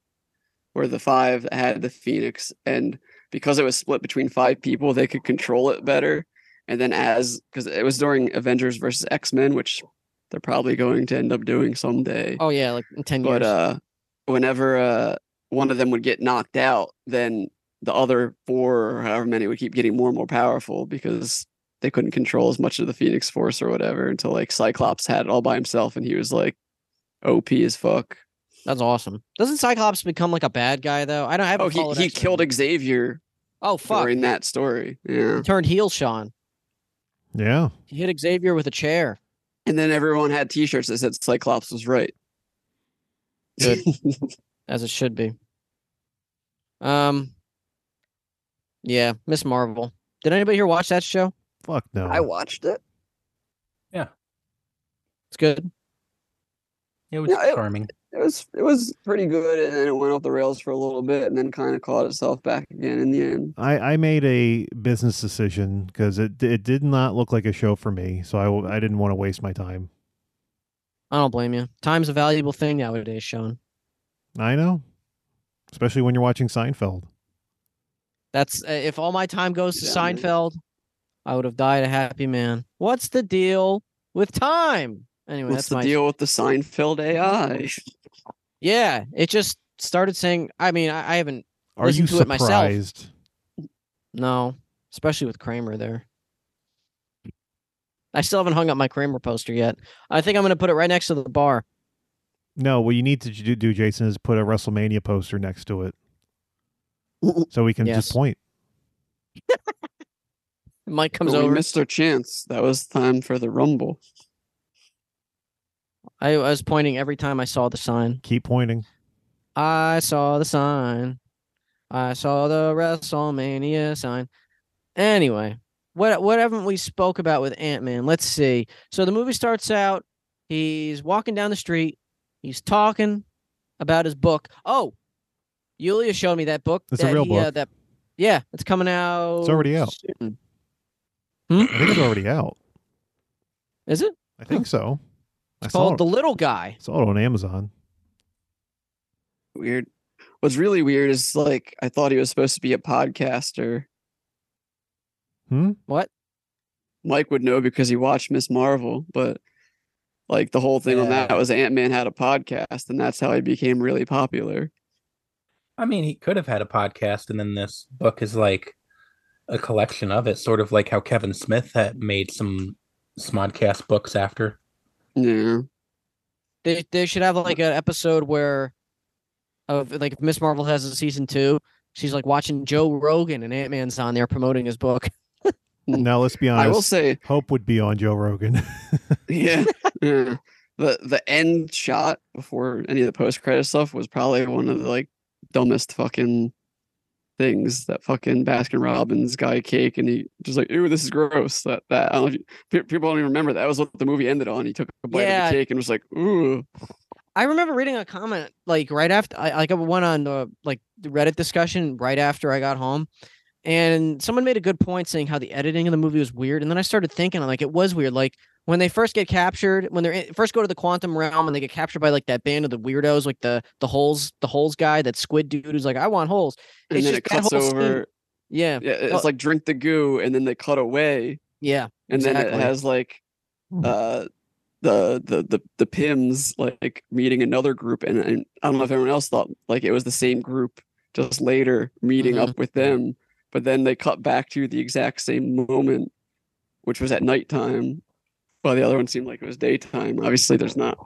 were the five that had the Phoenix, and because it was split between five people, they could control it better. And then as because it was during Avengers versus X Men, which they're probably going to end up doing someday. Oh yeah, like in ten but years. uh, whenever uh, one of them would get knocked out, then the other four or however many would keep getting more and more powerful because they couldn't control as much of the Phoenix Force or whatever until like Cyclops had it all by himself and he was like OP as fuck. That's awesome. Doesn't Cyclops become like a bad guy though? I don't have. Oh, he, he killed Xavier Oh fuck! during that story. He Yeah. turned heel, Sean. yeah, He hit Xavier with a chair. And then everyone had t shirts that said Cyclops was right. <laughs> Good. as it should be. Um. Yeah, Miss Marvel. Did anybody here watch that show? fuck no. I watched it. It's good. It was No, it- charming. It was it was pretty good and then it went off the rails for a little bit and then kind of caught itself back again in the end. I, I made a business decision because it it did not look like a show for me, so I, w- I didn't want to waste my time. I don't blame you. Time's a valuable thing nowadays, Sean. I know, especially when you're watching Seinfeld. That's uh, if all my time goes to Yeah, man. Seinfeld, I would have died a happy man. What's the deal with time? Anyway, What's that's the my deal with the Seinfeld AI? Yeah, it just started saying. I mean, I, I haven't. Are Listen you to it myself. surprised? No, especially with Kramer there. I still haven't hung up my Kramer poster yet. I think I'm gonna put it right next to the bar. No, what you need to j- do, Jason, is put a WrestleMania poster next to it, so we can Yes. just point. Mike comes But Oh, we over. missed our chance. That was time for the Rumble. I, I was pointing every time I saw the sign. Keep pointing. I saw the sign. I saw the WrestleMania sign. Anyway, what what haven't we spoke about with Ant Man? Let's see. So the movie starts out. He's walking down the street. He's talking about his book. Oh, Yulia showed me that book. It's a that real he, uh, book. that yeah, it's coming out. It's already out. soon. I think it's already out. Is it? I think so. I It's saw called it, The Little Guy. saw it on Amazon. Weird. What's really weird is like I thought he was supposed to be a podcaster. Hmm? What? Mike would know because he watched Miss Marvel, but like the whole thing on that Yeah. was Ant Man had a podcast, and that's how he became really popular. I mean, he could have had a podcast, and then this book is like a collection of it, sort of like how Kevin Smith had made some Smodcast books after. Yeah. They they should have like an episode where, of like if Miss Marvel has a season two, she's like watching Joe Rogan and Ant Man's on there promoting his book. Now let's be I will honest. say, Hope would be on Joe Rogan. <laughs> <laughs> yeah, yeah. The the end shot before any of the post credit stuff was probably one of the like dumbest fucking things that fucking Baskin Robbins guy cake and he just like, ooh, this is gross. That that I don't know if you, pe- people don't even remember that was what the movie ended on. He took a bite Yeah. of the cake and was like, ooh, I remember reading a comment like right after I like I went on the like the Reddit discussion right after I got home, and someone made a good point saying how the editing of the movie was weird. And then I started thinking like it was weird. Like when they first get captured, when they're in, first go to the quantum realm and they get captured by like that band of the weirdos, like the the holes the holes guy, that squid dude who's like I want holes. and It's then just it that cuts whole scene- over. Yeah, Yeah, it's Well- like drink the goo, and then they cut away, yeah. and then Exactly. it has like Mm-hmm. Hmm. uh the the the the pims like meeting another group and, and i don't know if everyone else thought like it was the same group just later meeting Mhm. up with them but then they cut back to the exact same moment which was at nighttime while the other one seemed like it was daytime obviously there's not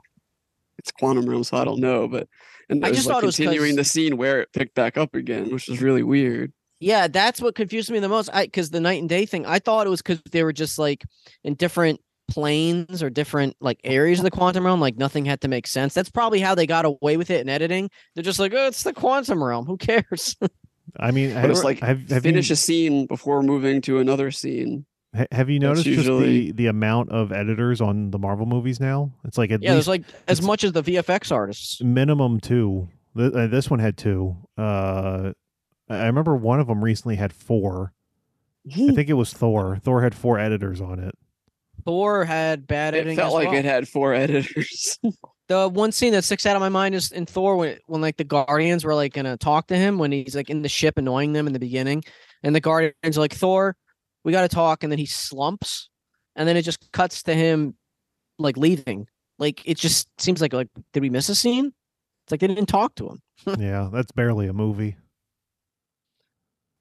it's quantum realm so i don't know but and I it was just like thought it was continuing 'cause- the scene where it picked back up again which was really weird Yeah, that's what confused me the most. I because the night and day thing, I thought it was because they were just like in different planes or different like areas of the quantum realm. Like nothing had to make sense. That's probably how they got away with it in editing. They're just like, oh, it's the quantum realm. Who cares? <laughs> I mean, but have, it's like have, have finish you, a scene before moving to another scene <laughs> ha- have you that's noticed usually- just the, the amount of editors on the Marvel movies now? It's like at yeah, least there's like as it's- much as the VFX artists. minimum two. Th- uh, This one had two. Uh, I I remember one of them recently had four. I Hmm. think it was Thor. Thor had four editors on it. Thor had bad editing. It felt as like well. it had four <laughs> editors. the one scene that sticks out of my mind is in Thor when when like the Guardians were like gonna talk to him when he's like in the ship annoying them in the beginning, and the Guardians are like Thor, we gotta talk, and then he slumps, and then it just cuts to him like leaving. Like it just seems like like did we miss a scene? It's like they didn't talk to him. yeah, that's barely a movie.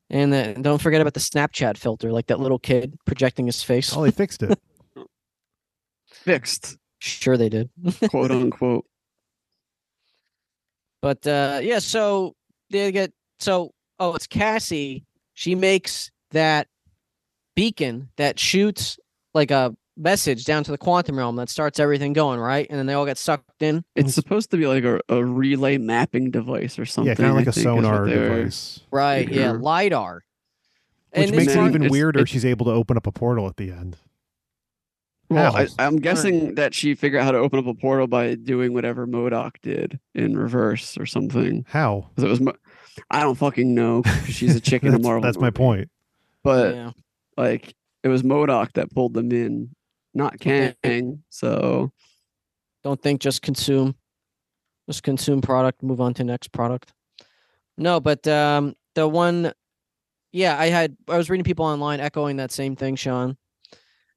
And then don't forget about the Snapchat filter, like that little kid projecting his face. Oh, they <laughs> fixed it. <laughs> Fixed, Sure they did. quote unquote. But uh yeah, so they get so oh it's Cassie. She makes that beacon that shoots like a message down to the quantum realm that starts everything going, right? And then they all get sucked in. It's supposed to be like a, a relay mapping device or something. Mm. yeah, kind of like a a sonar device, Right. Yeah. Yeah. LIDAR. Mm-hmm. which this makes it one- even It's- weirder. it's- she's able to open up a portal at the end. Well, I, House. I'm guessing that she figured out how to open up a portal by doing whatever Modoc did in reverse or something. How? 'Cause it was, Mo- I don't fucking know. 'cause She's a chicken <laughs> that's, in a Marvel. That's my movie. point. But yeah. like, it was Modoc that pulled them in, not Okay. Kang. So Don't think, just consume. Just consume product, move on to next product. No, but um the one yeah, I had I was reading people online echoing that same thing, Sean.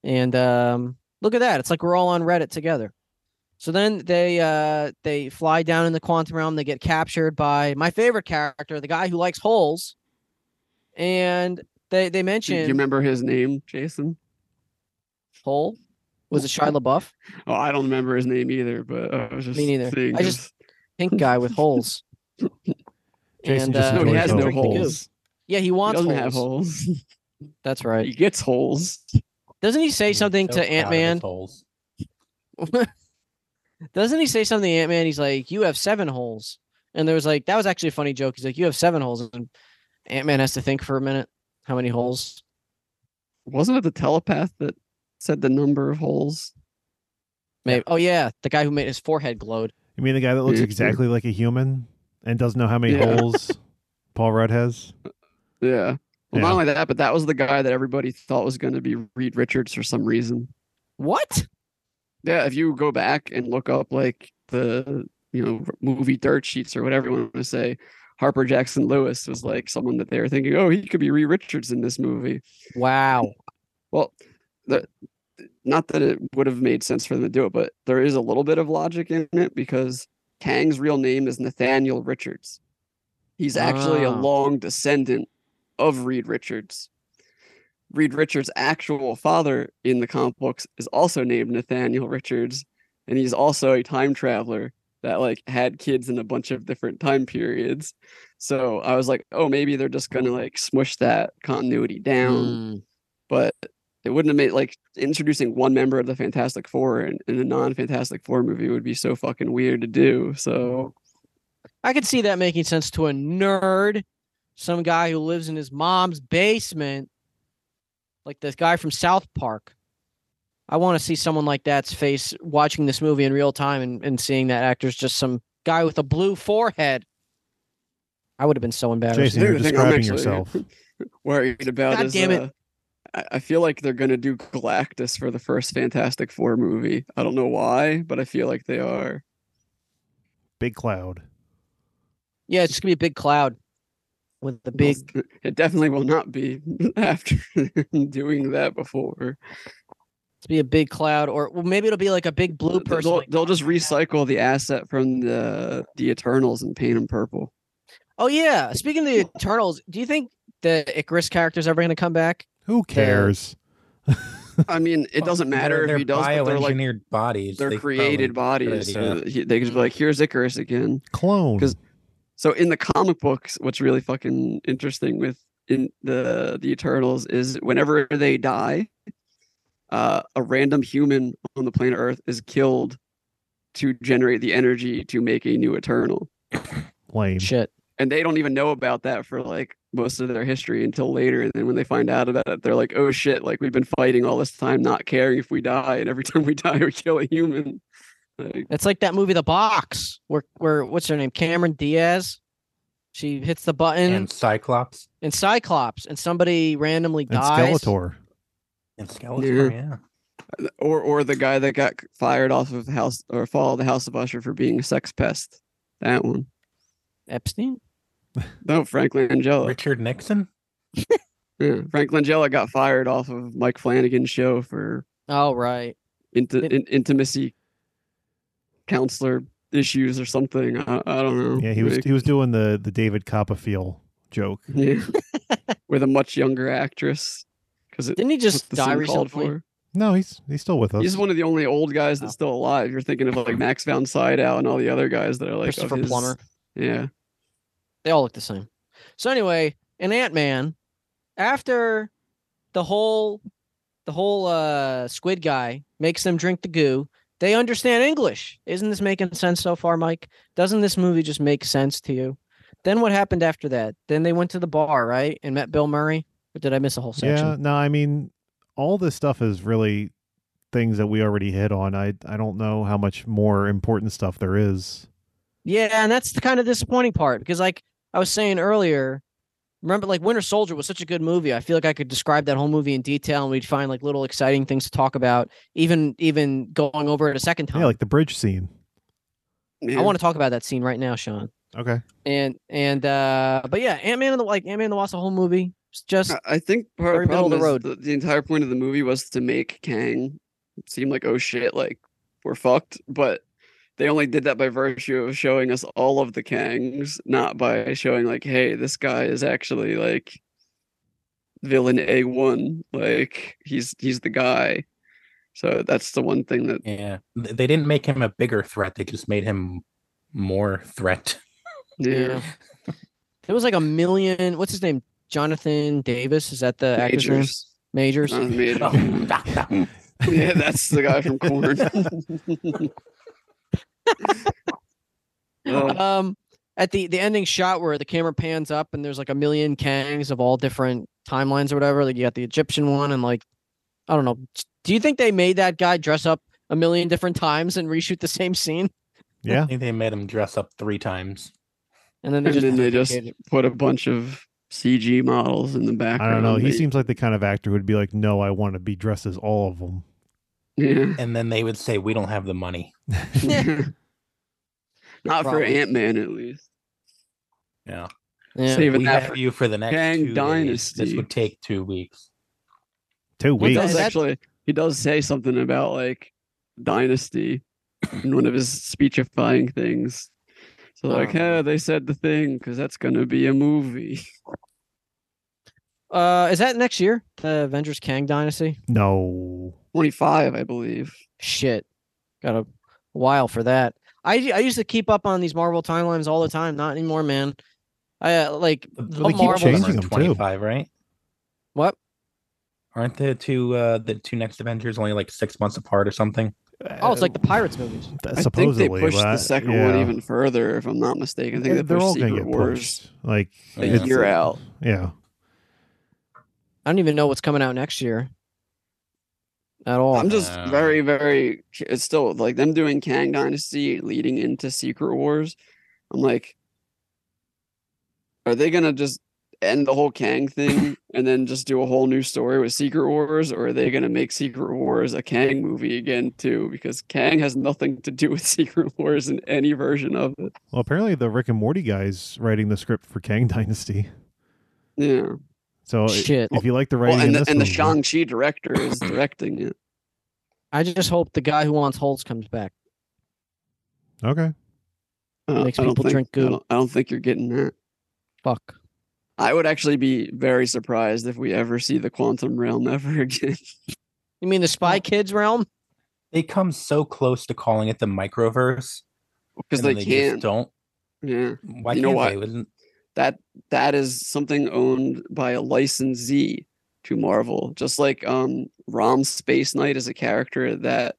And um look at that. It's like we're all on Reddit together. So then they uh they fly down in the quantum realm, they get captured by my favorite character, the guy who likes holes. And they they do mention you remember his name, Jason? hole. Was it Shia LaBeouf? Oh, I don't remember his name either. But I was just neither. Thinking I just- Pink guy with holes. <laughs> uh, Jason just No, Oh, he George has Hill. no Drink the goo. holes. Yeah, he He wants doesn't holes. have holes. <laughs> That's right. He gets holes. Doesn't he say He's something so proud to of his Ant Man? holes. Doesn't he say something to Ant Man? He's like, "You have seven holes," and there was like that was actually a funny joke. He's like, "You have seven holes," and Ant Man has to think for a minute how many holes. Wasn't it the telepath that said the number of holes? Maybe. Oh yeah, the guy who made his forehead glowed. You mean the guy that looks Yeah. exactly like a human and doesn't know how many Yeah. <laughs> holes Paul Rudd has? Yeah. Well, Yeah. not only that, but that was the guy that everybody thought was going to be Reed Richards for some reason. What? yeah, if you go back and look up like the you know movie dirt sheets or whatever you want to say, Harper Jackson Lewis was like someone that they were thinking, oh, he could be Ree Richards in this movie. Wow. Well, the, not that it would have made sense for them to do it, but there is a little bit of logic in it because Kang's real name is Nathaniel Richards. He's actually a Ah. long descendant of Reed Richards. Reed Richards' actual father in the comic books is also named Nathaniel Richards, and he's also a time traveler that like had kids in a bunch of different time periods. So I was like, oh, maybe they're just gonna like smush that continuity down Mm. but it wouldn't have made like introducing one member of the Fantastic Four in, in a non-Fantastic Four movie would be so fucking weird to do. So I could see that making sense to a nerd, some guy who lives in his mom's basement, like this guy from South Park. I want to see someone like that's face watching this movie in real time and, and seeing that actor's just some guy with a blue forehead. I would have been so embarrassed. Jason, you're I think I'm describing actually- <laughs> yourself. worried about God is, damn it. uh, I- I feel like they're gonna do Galactus for the first Fantastic Four movie. I don't know why, but I feel like they are. Big cloud. Yeah, it's just gonna be a big cloud with the big. It definitely will not be <laughs> after doing that before. It's be a big cloud, or well, maybe it'll be like a big blue They'll, person. like- they'll just recycle the asset from the the Eternals and paint him purple. oh yeah, speaking of the Eternals, do you think the Icarus character's ever gonna come back? Who cares? I mean, it doesn't matter if he does, but they're like bioengineered bodies. they're they created probably- bodies. yeah. So he, they could just be like, here's Icarus again. Clone. 'Cause- So in the comic books, what's really fucking interesting with in the the Eternals is whenever they die, uh, a random human on the planet Earth is killed to generate the energy to make a new Eternal, Lame. Shit. and they don't even know about that for like most of their history until later. And then when they find out about it, they're like, "Oh shit! Like we've been fighting all this time, not caring if we die, and every <laughs> time we die, we kill a human." Like, It's like that movie The Box, where where what's her name? Cameron Diaz. She hits the button and and, Cyclops Cyclops and somebody randomly And dies. Skeletor. and Skeletor. Yeah. or or the guy that got c- fired off of House or Fall of the House of Usher for being a sex pest. That one. Epstein? No, Frank Langella. Richard Nixon. Yeah, Frank Langella got fired off of Mike Flanagan's show for Oh right. inti- It- in- intimacy counselor issues or something. I, I don't know. Yeah, he was Like, he was doing the the David Copperfield joke. yeah. <laughs> with a much younger actress because it Didn't he what's just <laughs> the die scene called recently? for. No, he's he's still with us. He's one of the only old guys Oh. that's still alive. You're thinking of like Max von Sydow and all the other guys that are like of Christopher his- Plummer. Yeah. They all look the same. So anyway, in Ant Man, after the whole the whole uh squid guy makes them drink the goo, they understand English. Isn't this making sense so far, Mike? Doesn't this movie just make sense to you? Then what happened after that? Then they went to the bar, right? And met Bill Murray? Or did I miss a whole section? yeah, no, I mean, all this stuff is really things that we already hit on. I I don't know how much more important stuff there is. Yeah, and that's the kind of disappointing part because, like I was saying earlier, remember, like Winter Soldier was such a good movie. I feel like I could describe that whole movie in detail, and we'd find like little exciting things to talk about, even even going over it a second time. Yeah, like the bridge scene. yeah. I want to talk about that scene right now, Sean. Okay. And and uh but yeah, Ant Man and the like Ant Man and the Wasp, the whole movie, it's just Ah, I I think part very of the middle of problem the is road. The, the entire point of the movie was to make Kang seem like oh shit, like we're fucked. But they only did that by virtue of showing us all of the Kangs, not by showing like, hey, this guy is actually like villain A one. Like he's he's the guy. So that's the one thing that Yeah, Th- they didn't make him a bigger threat. They just made him more threat. yeah. There was like a million. What's his name? Jonathan Davis. Is that the actor's name? Majors. Majors. Uh-huh. <laughs> <laughs> Not major. Oh. <laughs> yeah, that's the guy from Corn. <laughs> Oh, um at the the ending shot where the camera pans up and there's like a million kangs of all different timelines or whatever like you got the egyptian one and like i don't know do you think they made that guy dress up a million different times and reshoot the same scene I Yeah. think they made him dress up three times. and then they and just, then they just duplicate it? put a bunch of CG models in the I don't background. know. He that- seems like the kind of actor who'd be like, "No, I want to be dressed as all of them." Yeah. and then they would say we don't have the money. <laughs> <laughs> Not for Probably. Ant Man, at least. Yeah, Yeah. Saving we that have for- you for the next Kang two days. This Dynasty. would take two weeks. Two He weeks. does That's- actually. He does say something about like dynasty in one of his speechifying things. So like, Oh. hey, they said the thing because that's gonna be a movie. Uh, is that next year? The Avengers Kang Dynasty? No. Twenty five, I believe. Shit. Got a while for that. I, I used to keep up on these Marvel timelines all the time. Not anymore, man. I uh, like they keep Marvel's- changing them, too. Twenty-five, right? what? Aren't the two uh, the two next Avengers only like six months apart or something? Oh, it's like the Pirates movies. Uh, I supposedly. think they pushed but I- the second one yeah. even further, if I'm not mistaken. I think Yeah, they They're all pushed going to Secret get Wars pushed. Like Yeah. a it's- year out. Yeah. I don't even know what's coming out next year. At all. I'm just Uh, very, very. cu- It's still like them doing Kang Dynasty leading into Secret Wars. I'm like, are they gonna just end the whole Kang thing and then just do a whole new story with Secret Wars, or are they gonna make Secret Wars a Kang movie again too? Because Kang has nothing to do with <laughs> Secret Wars in any version of it. Well, apparently the Rick and Morty guy's writing the script for Kang <laughs> Dynasty. Yeah. So i- Shit. if you like the writing Well, and in the, this and the movie- Shang Chi director is directing it. I just hope the guy who wants Holtz comes back. Okay. Uh, Makes I don't people think- drink I goo. don't- I don't think you're getting that. Fuck. I would actually be very surprised if we ever see the quantum realm ever <laughs> again. You mean the Spy Kids realm? They come so close to calling it the microverse, Because and then they just can't. don't. Yeah. Why You know can't why? they? Wouldn't- <laughs> That that is something owned by a licensee to Marvel. Just like um Rom Space Knight is a character that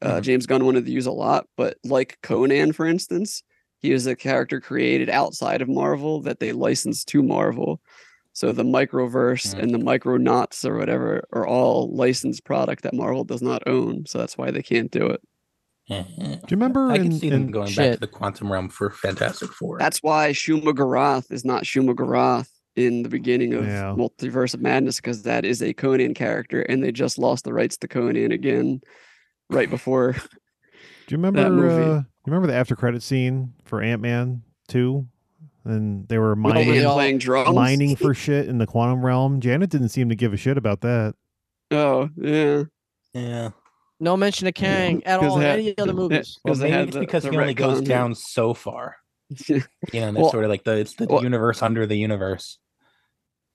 uh, Mhm. James Gunn wanted to use a lot, but like Conan, for instance, he is a character created outside of Marvel that they licensed to Marvel. So the microverse Mm. and the micronauts or whatever are all licensed product that Marvel does not own. So that's why they can't do it. Eh. Do you remember? I can in- see them in- going back Shit. to the quantum realm for Fantastic Four. That's why Shuma Garoth is not Shuma Garoth in the beginning of Yeah. Multiverse of Madness because that is a Conan character, and they just lost the rights to Conan again right <laughs> before. Do you remember? movie. Uh, you remember the after credit scene for Ant Man two? And they were Michael mining, Mann all- playing drums. <laughs> mining for shit in the quantum realm. Janet didn't seem to give a shit about that. Oh yeah, yeah. No mention of Kang at 'Cause all in they had- any other movies. Well, because they maybe had it's the- because the he only goes retcon. <laughs> down so far. You know, and it's Well- sort of like the it's the well- universe under the universe.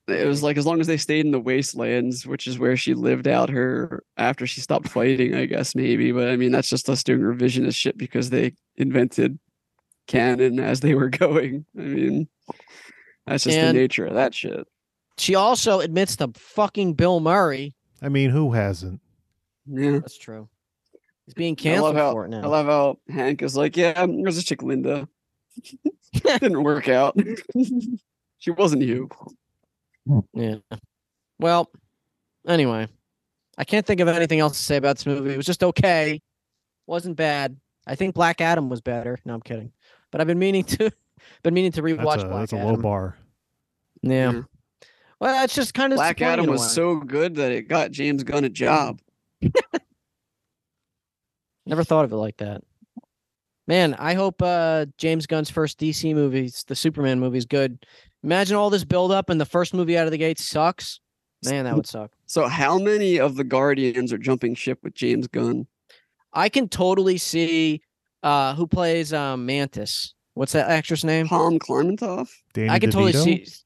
it was like as long as they stayed in the wastelands, which is where she lived out her after she stopped fighting, I guess maybe. But I mean, that's just us doing revisionist shit because they invented canon as they were <laughs> going. I mean, that's just And- the nature of that shit. She also admits to fucking Bill Murray. I mean, who hasn't? Yeah. That's true. He's being I canceled love how- for it now. I love how Hank is like, yeah, there's a <laughs> chick Linda. Didn't work out. <laughs> she wasn't you. yeah. Well, anyway, I can't think of anything else to say about this movie. It was just okay. Wasn't bad. I think Black Adam was better. No, I'm kidding. But I've been meaning to, <laughs> been meaning to That's, rewatch a, Black that's a Adam. low bar. Yeah. Yeah. Well, it's just kind of Mm-hmm. Black disappointing Adam in a was way. so good that it got James Gunn a job. Never thought of it like that. Man, I hope uh, James Gunn's first DC movie, the Superman movie, is good. Imagine all this build up and the first movie out of the gate sucks. Man, that would suck. So how many of the Guardians are jumping ship with James Gunn? I can totally see uh, who plays um, Mantis. What's that actress name? Palm Klarmantoff? Danny I can totally DeVito? see.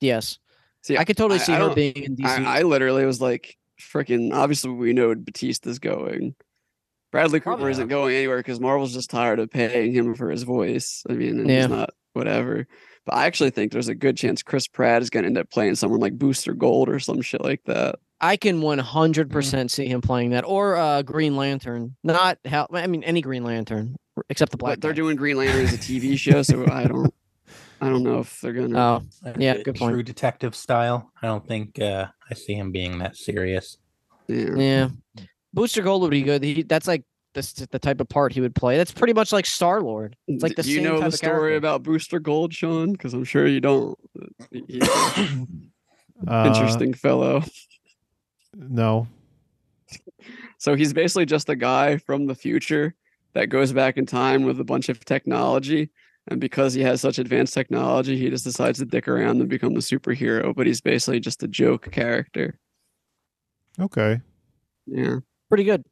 Yes, See, I I, could totally I- see I her don't- being in DC. I, literally was like, freaking, obviously we know Batista's going. Bradley Cooper Probably isn't going anywhere because Marvel's just tired of paying him for his voice. I mean, and Yeah. he's not whatever. But I actually think there's a good chance Chris Pratt is going to end up playing someone like Booster Gold or some shit like that. I can 100% percent see him playing that or uh, Green Lantern. Not how I mean any Green Lantern except the black. but they're guy. doing Green Lantern as <laughs> a TV show, so I don't, I don't know if they're gonna. Oh, Like Yeah, the good True point. detective style. I don't think uh, I see him being that serious. yeah. Yeah, Booster Gold would be good. He, that's like the s- the type of part he would play. That's pretty much like Star Lord. It's like the Do you same know type the of story character. about Booster Gold, Sean? Because I'm sure you don't. He's <laughs> an Uh, interesting fellow. No. So he's basically just a guy from the future that goes back in time with a bunch of technology. And because he has such advanced technology, he just decides to dick around and become the superhero. But he's basically just a joke character. Okay. Yeah. Pretty good.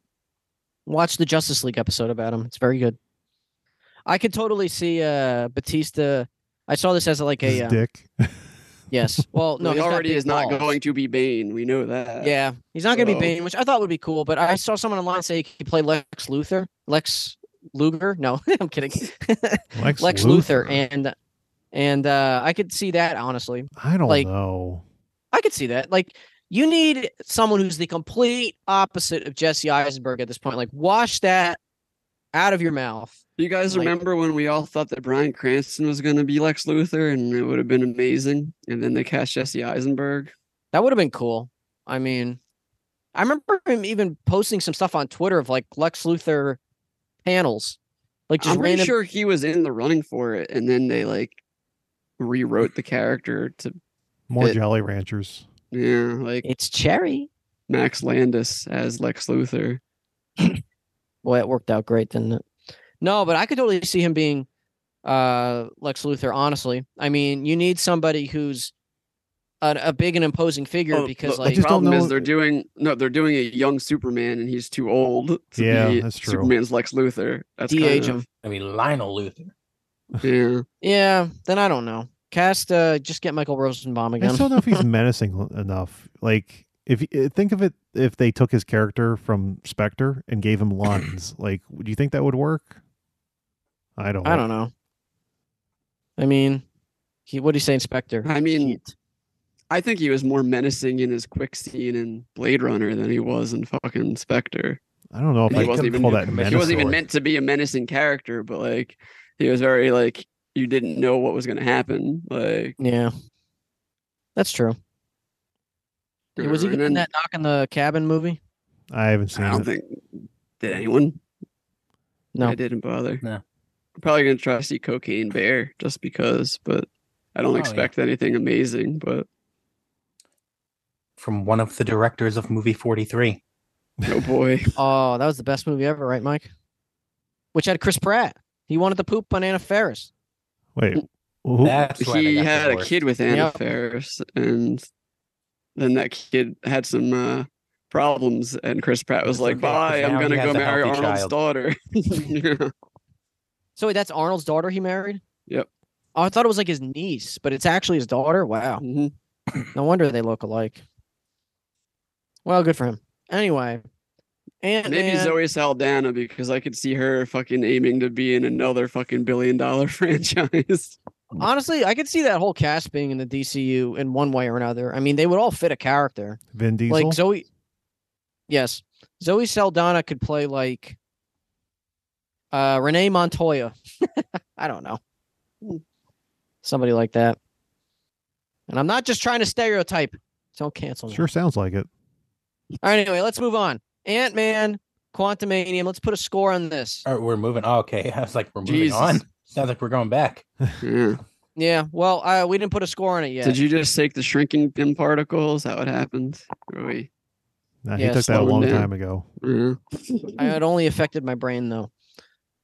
Watch the Justice League episode about him. It's very good. I could totally see uh Batista. I saw this as like His a um, dick. <laughs> yes. Well, no, he he's got already big is not balls. going to be Bane. We know <laughs> that. Yeah, he's not going to be So- Bane, which I thought would be cool. But I saw someone online say he could play Lex Luthor. Lex Luger? No, <laughs> I'm kidding. <laughs> Lex, Lex Luthor, and and uh, I could see that honestly. I don't like- know. I could see that. Like you need someone who's the complete opposite of Jesse Eisenberg at this point. Like wash that out of your mouth. You guys Like- remember when we all thought that Brian Cranston was going to be Lex Luthor and it would have been amazing? And then they cast Jesse Eisenberg. That would have been cool. I mean, I remember him even posting some stuff on Twitter of like Lex Luthor panels. Like just I'm pretty random sure he was in the running for it. And then they like rewrote the character to, More it- Jolly Ranchers. yeah, like it's cherry. Max Landis as Lex Luthor. Boy, it worked out great, didn't it? No, but I could totally see him being uh Lex Luthor, honestly. I mean, you need somebody who's a, a big and imposing figure Oh, because the, like I just the don't problem know- is they're doing no, they're doing a young Superman and he's too old to Yeah, be that's true. Superman's Lex Luthor. That's De-age kind I mean, Lionel Luthor. of- <laughs> yeah. yeah, then I don't know. Cast uh just get Michael Rosenbaum I again. still don't know <laughs> if he's menacing l- enough. Like, if y- eh, think of it, if they took his character from Spectre and gave him <clears throat> lines, like, do you think that would work? I don't. I don't know. I mean, he what do you say, Inspector? I mean, Heat. I think he was more menacing in his quick scene in Blade Runner than he was in fucking Spectre. I don't know if He I wasn't can even- call that he menacing. he wasn't even meant to be a menacing character, but like he was very like you didn't know what was gonna happen. Like yeah, that's true. Hey, Was he and good in then- that knock in the cabin movie? I haven't seen I don't it. think did anyone. No. I didn't bother. No. I'm probably gonna try to see Cocaine Bear just because, but I don't Oh, yeah. expect anything amazing. But From one of the directors of movie 43. oh <laughs> boy, Oh, that was the best movie ever, right, Mike? Which had Chris Pratt. He wanted to poop on Anna <laughs> Ferris. Wait, who, That's why he they got had a divorced. kid with Anna Yep. Faris, and then that kid had some uh, problems, and Chris Pratt was It's like, okay, 'cause "Bye, I'm now he gonna has go a marry healthy Arnold's child." <laughs> daughter." <laughs> Yeah. So wait, that's Arnold's daughter he married? Yep. Oh, I thought it was like his niece, but it's actually his daughter. Wow. Mhm. No wonder they look alike. Well, good for him. Anyway. And Maybe Zoe Saldana because I could see her fucking aiming to be in another fucking billion <laughs> dollar <laughs> franchise. honestly, I could see that whole cast being in the DCU in one way or another. I mean, they would all fit a character. Vin Diesel? Like Zoe. Yes, Zoe Saldana could play like uh Renee Montoya. <laughs> I don't know, somebody like that. And I'm not just trying to stereotype. Don't cancel me. sure sounds like it. All right, anyway, let's move on. Ant Man, Quantumanium. Let's put a score on this. All right, we're moving. Oh, okay. <laughs> I was like, we're moving Jesus. on. Sounds like we're going back. Yeah. Yeah. Well, uh, we didn't put a score on it yet. Did you just take the shrinking dim particle? Is that what happened? Or we- Nah, Yeah, he took that slow a him long down. time ago. yeah. I, it only affected my brain though.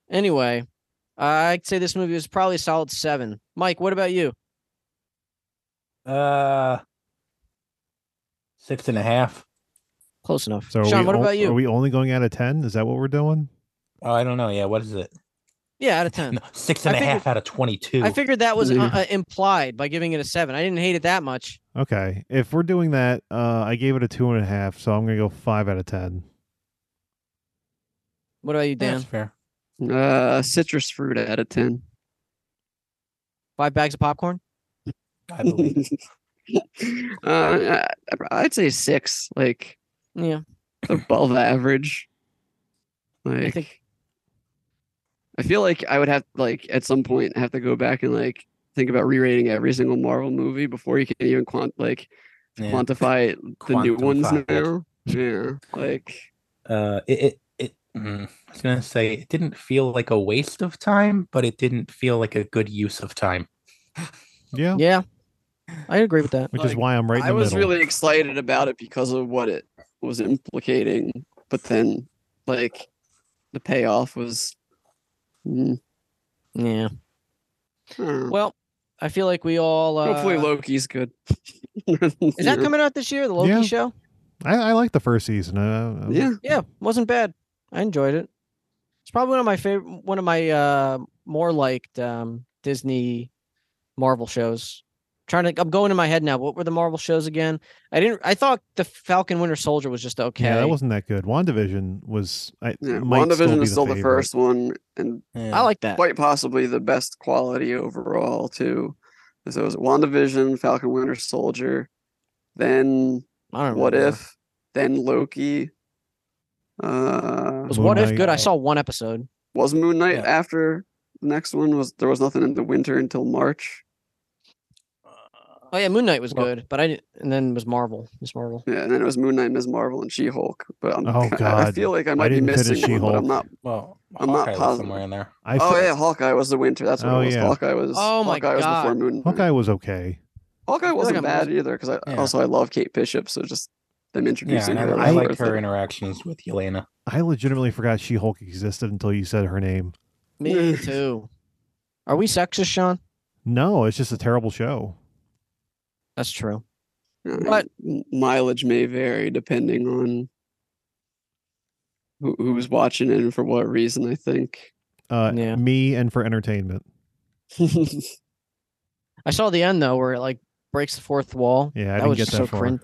Anyway, I'd say this movie was probably a solid seven. Mike, what about you? Uh, six and a half. Close enough. So are Sean, we what on- about you? Are we only going out of ten? Is that what we're doing? Oh, I don't know. Yeah, what is it? yeah, out of ten. No, six and I a half figured- out of 22. I figured that was uh, Yeah. uh, implied by giving it a seven. I didn't hate it that much. Okay, if we're doing that, uh, I gave it a two and a half, so I'm gonna go five out of ten. What about you, Dan? That's fair. Uh, citrus fruit out of ten. Five bags of popcorn? I believe. <laughs> uh, I- I'd say six, like Yeah. above average. Like, I think- feel like I would have like at some point have to go back and like think about re-rating every single Marvel movie before you can even quant like Yeah. quantify it- the Quantum new ones five. now. Yeah, like Uh, it, it, it mm, I was gonna say it didn't feel like a waste of time, but it didn't feel like a good use of time. Yeah, Yeah. I agree with that. which is like, why I'm right in I the was middle. really excited about it because of what it was implicating but then like the payoff was mm, Yeah. I don't know. Well, I feel like we all. Uh, hopefully Loki's good. Is <laughs> that coming out this year? The Loki Yeah. show? I, I like the first season. Uh, uh, Yeah, Yeah, wasn't bad. I enjoyed it. It's probably one of my favorite, one of my uh, more liked um, Disney Marvel shows. Trying to, I'm going in my head now. What were the Marvel shows again? I didn't. I thought the Falcon Winter Soldier was just okay. Yeah, that wasn't that good. WandaVision was. I, yeah. might WandaVision be is still the favorite. first one, and I like that. quite possibly the best quality overall too. So it was WandaVision, Falcon Winter Soldier, then I don't What remember. If, then Loki. Uh Was Moon what if Knight. good? I saw one episode. was Moon Knight Yeah. after the next one was there was nothing in the winter until March. Oh yeah, Moon Knight was Well- good, but I didn't, and then was Marvel. Miss Marvel. Yeah, and then it was Moon Knight, Ms. Marvel, and She Hulk. But I'm, Oh, I- <laughs> I God. feel like I might be didn't finish missing one, but I'm She-Hulk. not. Well, I'm not Hawkeye was positive. somewhere in there. I oh fe- yeah, Hawkeye was the winter. That's what Oh, it was. yeah. Hawkeye was. Oh, my Hawkeye was before God. Moon Knight. Hawkeye was okay. Hawkeye like wasn't I'm bad missing- either because I Yeah. also I love Kate Bishop, so just them Yeah, introducing and I, her. I was like worth her it. interactions with Yelena. I legitimately forgot She Hulk existed until you said her name. Me too. Mm. Are we sexist, Sean? No, it's just a terrible show. That's true. Uh, but- m- mileage may vary depending on who, who's watching it and for what reason. <laughs> I think. Uh, Yeah. Me and for entertainment. I saw the end though, where it like breaks the fourth wall. Yeah, I that didn't was get that so far. cringe.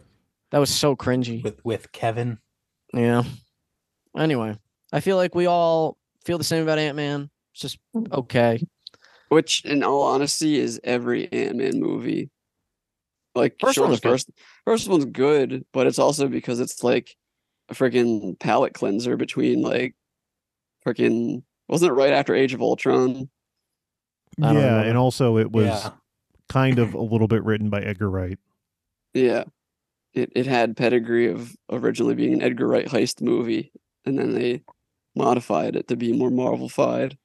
That was so cringy. with with Kevin. Yeah. Anyway, I feel like we all feel the same about Ant Man. It's just okay. Which, in all honesty, is every Ant Man movie. Like First sure, one's the good. first first one's good, but it's also because it's like a freaking palate cleanser between like freaking wasn't it right after Age of Ultron? I don't Yeah, remember. and also it was yeah, kind of a little bit written by Edgar Wright. Yeah. It it had pedigree of originally being an Edgar Wright heist movie, and then they modified it to be more Marvel fied.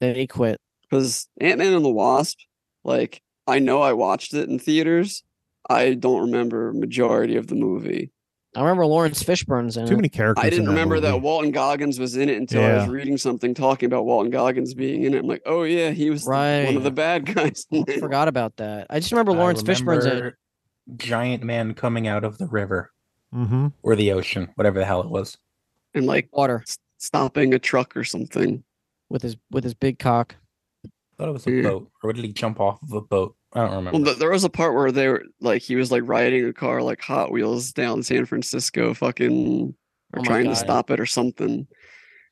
They quit. because Ant Man and the Wasp, like I know I watched it in theaters. I don't remember majority of the movie. I remember Lawrence Fishburne's in Too it. many characters. I didn't in that remember movie. that Walton Goggins was in it until I was Yeah. reading something talking about Walton Goggins being in it. I'm like, oh yeah, he was the- one of the Right. bad <laughs> guys. in it." Forgot about that. I just remember I Lawrence Fishburne's in it. remember Giant man coming out of the river Mm-hmm. or the ocean, whatever the hell it was. and like Water s- stopping a truck or something. with his with his big cock. I thought it was a Yeah. boat, or did he jump off of a boat? I don't remember. Hmm. Well, th- there was a part where they were like he was like riding a car like Hot Wheels down San Francisco, fucking or Oh my trying God. to stop it or something.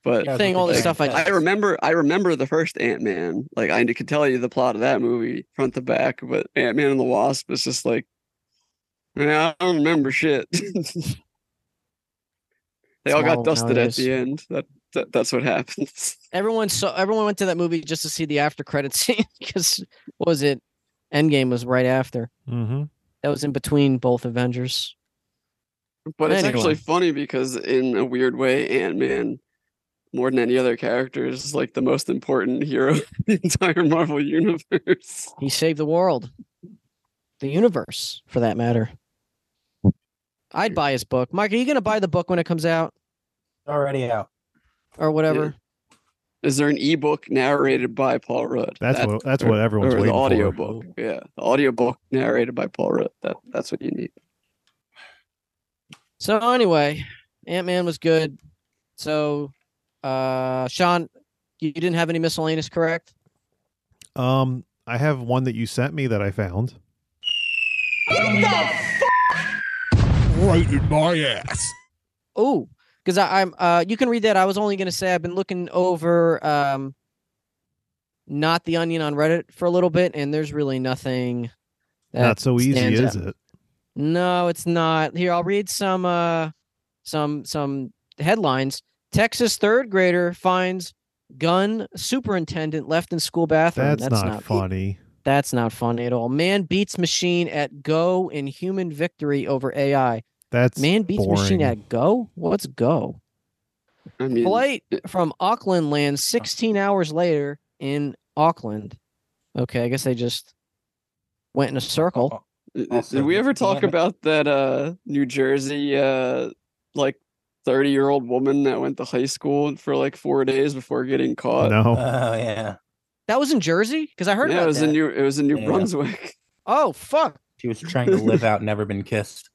But Yeah, I was saying with all the this Giant stuff I Cat. I remember I remember the first Ant Man. Like I could tell you the plot of that movie front to back, but Ant Man and the Wasp is just like yeah, I don't remember shit. <laughs> they all Marvel got dusted at nowadays. the end. That, that that's what happens. <laughs> Everyone saw. Everyone went to that movie just to see the after credit <laughs> scene because what was it? Endgame was right after. Mm-hmm. That was in between both Avengers. But it's Anyway. actually funny because in a weird way, Ant Man, more than any other character, is like the most important hero <laughs> in the entire Marvel universe. He saved the world, the universe, for that matter. I'd buy his book. Mike, are you going to buy the book when it comes out already out. or whatever? Is there an ebook narrated by Paul Rudd? That's That- what. That's or- what everyone's or the waiting audio for. book. Yeah, the audio book narrated by Paul Rudd. That that's what you need. So anyway, Ant Man was good. So, uh, Sean, you you didn't have any miscellaneous, correct? Um, I have one that you sent me that I found. Right in my ass. Oh, because I'm. Uh, you can read that. I was only going to say I've been looking over um, not the Onion on Reddit for a little bit, and there's really nothing. That Not so easy, stands out. is it? No, it's not. Here, I'll read some uh some some headlines. Texas third grader finds gun superintendent left in school bathroom. That's, not, funny. That's not funny at all. Man beats machine at Go in human victory over AI. That's Man beats machine boring. at Go? What's Go? I mean, Flight from Auckland lands 16 hours later in Auckland. Okay, I guess they just went in a circle. did- did also we ever Louisiana. talk about that uh New Jersey uh like thirty year old woman that went to high school for like four days before getting caught. <laughs> no, Oh yeah, That was in Jersey because I heard yeah, about it was that. in New it was in New Yeah. Brunswick. <laughs> oh fuck! she was trying to live out never been kissed.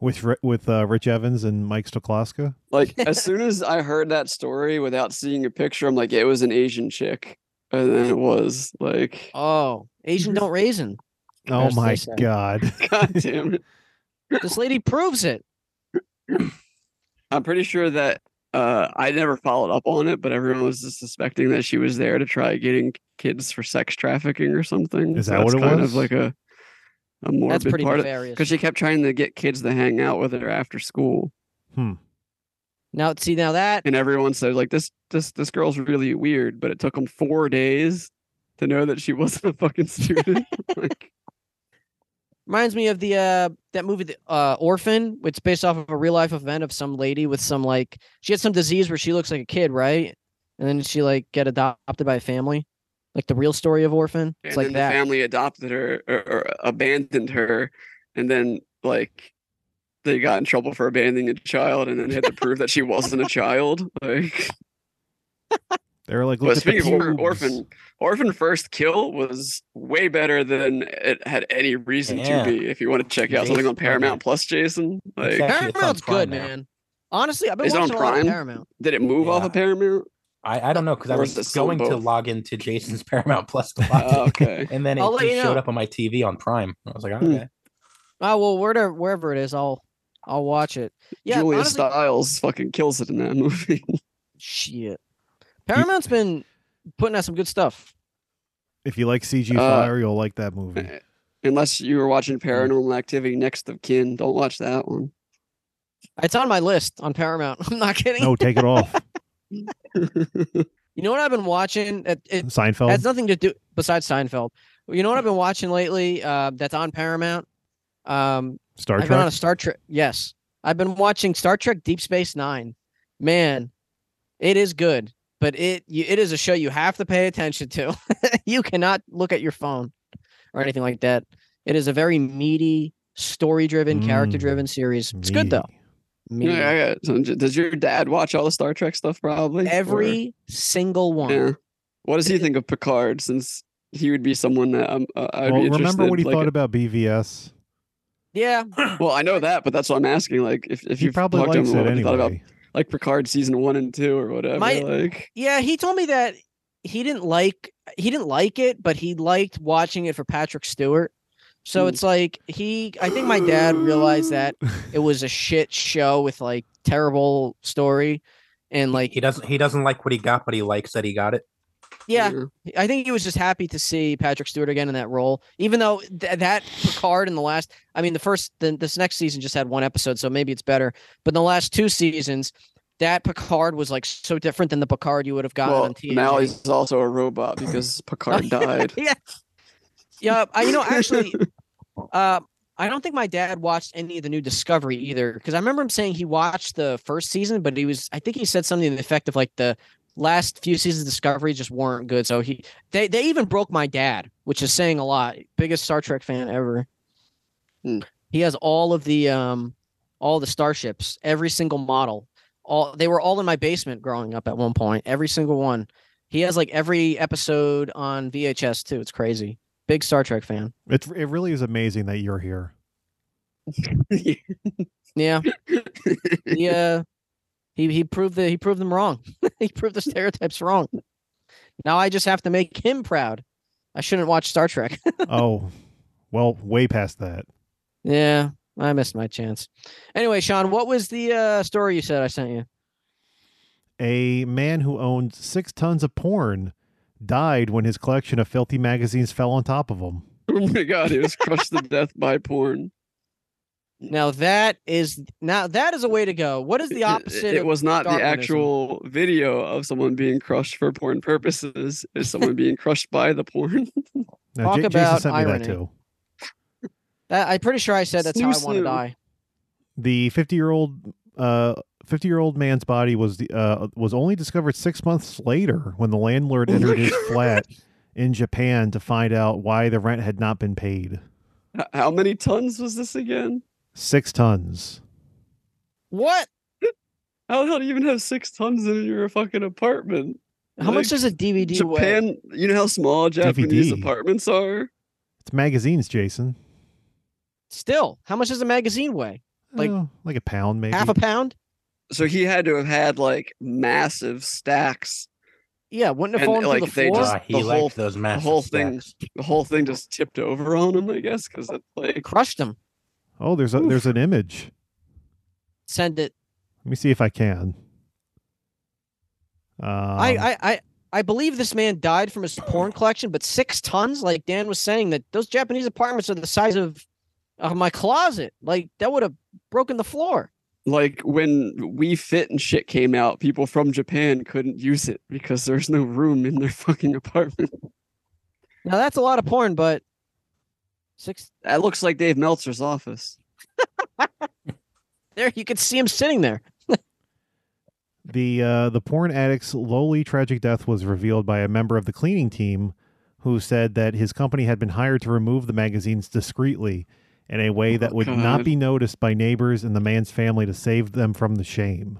with Ri- with uh, Rich Evans and Mike Stoklaska. <laughs> Like as soon as I heard that story without seeing a picture, I'm like, yeah, it was an Asian chick, and then it was like, <laughs> Oh, Asian don't raisin. Oh As they <laughs> my say. god! god damn it! This lady proves it. I'm pretty sure that uh, I never followed up on it, but everyone was just suspecting that she was there to try getting kids for sex trafficking or something. Is So that that's what it kind was? Of like a a That's morbid pretty part of nefarious. because she kept trying to get kids to hang out with her after school, Now see now that and everyone said like this this this girl's really weird. But it took them four days to know that she <laughs> wasn't a fucking student. <laughs> like, reminds me of the uh that movie the uh orphan which is based off of a real life event of some lady with some like she had some disease where she looks like a kid right and then she like get adopted by a family like the real story of orphan it's and like then that the family adopted her or, or abandoned her, and then like they got in trouble for abandoning a child, and then had to prove that she wasn't a child. <laughs> Like, They were like, but look at the speaking of or- pubes. orphan, orphan first kill was way better than it had any reason Yeah. to be. If you want to check out something Jason, on Paramount Plus, Jason, like, Exactly. Actually, it's on paramount's good Prime now. man honestly i've been Is it on watching a lot of Prime? paramount did it move off Yeah. of Paramount? I, I don't know because I Or was is it still going to both? log into Jason's <laughs> Paramount Plus to watch Oh, it, okay. and then it I'll let just you showed know. up on my TV on Prime. I was like, Hmm. okay, oh well wherever wherever it is i'll i'll watch it yeah Julia honestly, Stiles fucking kills it in that <laughs> movie. shit paramount's been putting out some good stuff If you like CG Uh, Fire, you'll like that movie. <laughs> Unless you were watching Paranormal Activity Next of Kin, don't watch that one. <laughs> it's on my list on paramount <laughs> i'm not kidding No, take <laughs> it off. you know what i've been watching it, it Seinfeld. has nothing to do besides Seinfeld. You know what I've been watching lately? Uh, that's on Paramount. Um, Star I've been on a Trek. Star Trek. Yes, I've been watching Star Trek: Deep Space Nine. Man, it is good, but it you, it is a show you have to pay attention to. <laughs> you cannot look at your phone or anything like that. It is a very meaty, story-driven, Mm. character-driven series. It's good though. Meaty. Yeah, I got it. So d- Does your dad watch all the Star Trek stuff? Probably or- Every single one. Yeah. What does he think of Picard? Since he would be someone that um, uh, I'd Well, be remember interested- what he like, thought about BVS? yeah. Well, I know that, but that's what I'm asking. Like, if if He you probably talked to him likes it about what he thought about anyway. like Picard season one and two or whatever, My- like Yeah, he told me that he didn't like he didn't like it, but he liked watching it for Patrick Stewart. So Hmm. it's like he I think my dad realized that it <laughs> was a shit show with like terrible story and like he doesn't he doesn't like what he got, but he likes that he got it. yeah, I think he was just happy to see Patrick Stewart again in that role. Even though th- that Picard in the last I mean the first the, this next season just had one episode, so maybe it's better. But in the last two seasons that Picard was like so different than the Picard you would have gotten Well, on TNG. now he's also a <laughs> robot because Picard died. yeah. Yeah. I, you know, actually, uh, I don't think my dad watched any of the new Discovery either, because I remember him saying he watched the first season, but he was, I think he said something to the effect of like the last few seasons of Discovery just weren't good. So he, they, they even broke my dad, which is saying a lot. Biggest Star Trek fan ever. Hmm. He has all of the, um, all the starships, every single model. All they were all in my basement growing up at one point. Every single one. He has like every episode on VHS too. It's crazy. Big Star Trek fan. It, it really is amazing that <laughs> you're here. Yeah. Yeah. He he proved that he proved them wrong. <laughs> he proved the stereotypes wrong. Now I just have to make him proud. I shouldn't watch Star Trek. <laughs> oh, well, way past that. yeah. I missed my chance. Anyway, Sean, what was the uh, story you said I sent you? A man who owned six tons of porn died when his collection of filthy magazines fell on top of him. <laughs> oh my god, he was crushed to death by porn. Now that is now that is a way to go. What is the It- opposite? It, of- was not the Darwinism. actual video of someone being crushed for porn purposes. It's <laughs> someone being crushed by the porn. Now, Talk Ja- about Jason sent me irony. that too. that, I'm pretty sure I said that's how I want to Snoo-snoo. die. The 50 year old uh 50 year old man's body was the, uh, was only discovered six months later when the landlord Oh my entered his God. flat in Japan to find out why the rent had not been paid. H- How many tons was this again? Six tons. What? How the hell do you even have six tons in your fucking apartment? How much Like, does a DVD weigh? Japan, you know how small Japanese DVD. apartments are? It's magazines, Jason. Still, how much does a magazine weigh? Like- Oh, like a pound, maybe. Half a pound? So he had to have had like massive stacks. Yeah, wouldn't it And, fall like, into the they floor? just- Ah, he the liked whole- those massive whole thing. stacks. The whole thing just tipped over on him, I guess, because it's It like crushed him. Oh, there's a, there's an image. Send it. Let me see if I can. Um, I, I, I, I believe this man died from his porn collection, but six tons, like Dan was saying, that those Japanese apartments are the size of, of my closet. Like that would have broken the floor. like when We Fit and shit came out, people from Japan couldn't use it because there's no room in their fucking apartment. Now that's a lot of porn, but six. That looks like Dave Meltzer's office. There, you could see him sitting there. The uh, the porn addict's lowly tragic death was revealed by a member of the cleaning team, who said that his company had been hired to remove the magazines discreetly, in a way that would not God. be noticed by neighbors and the man's family to save them from the shame.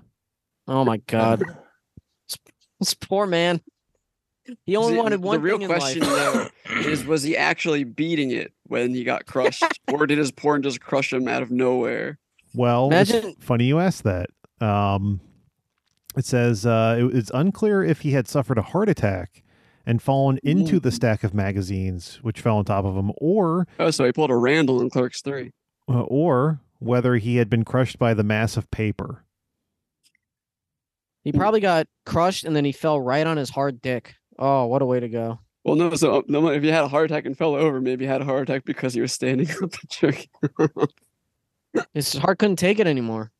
Oh my god, <laughs> this, this poor man. He only The- wanted the one real thing question in life. is was he actually beating it when he <laughs> got crushed, or did his porn just crush him out of nowhere? Well, it's Imagine- funny you asked that. Um, it says uh, it- it's unclear if he had suffered a heart attack and fallen into the stack of magazines which fell on top of him, or uh, Oh, so he pulled a Randall in Clerks Three. or whether he had been crushed by the mass of paper. He probably got crushed and then he fell right on his hard dick. Oh, what a way to go. Well, no, so no, if he had a heart attack and fell over, maybe he had a heart attack because he was standing <laughs> up and jerking. His heart couldn't take it anymore.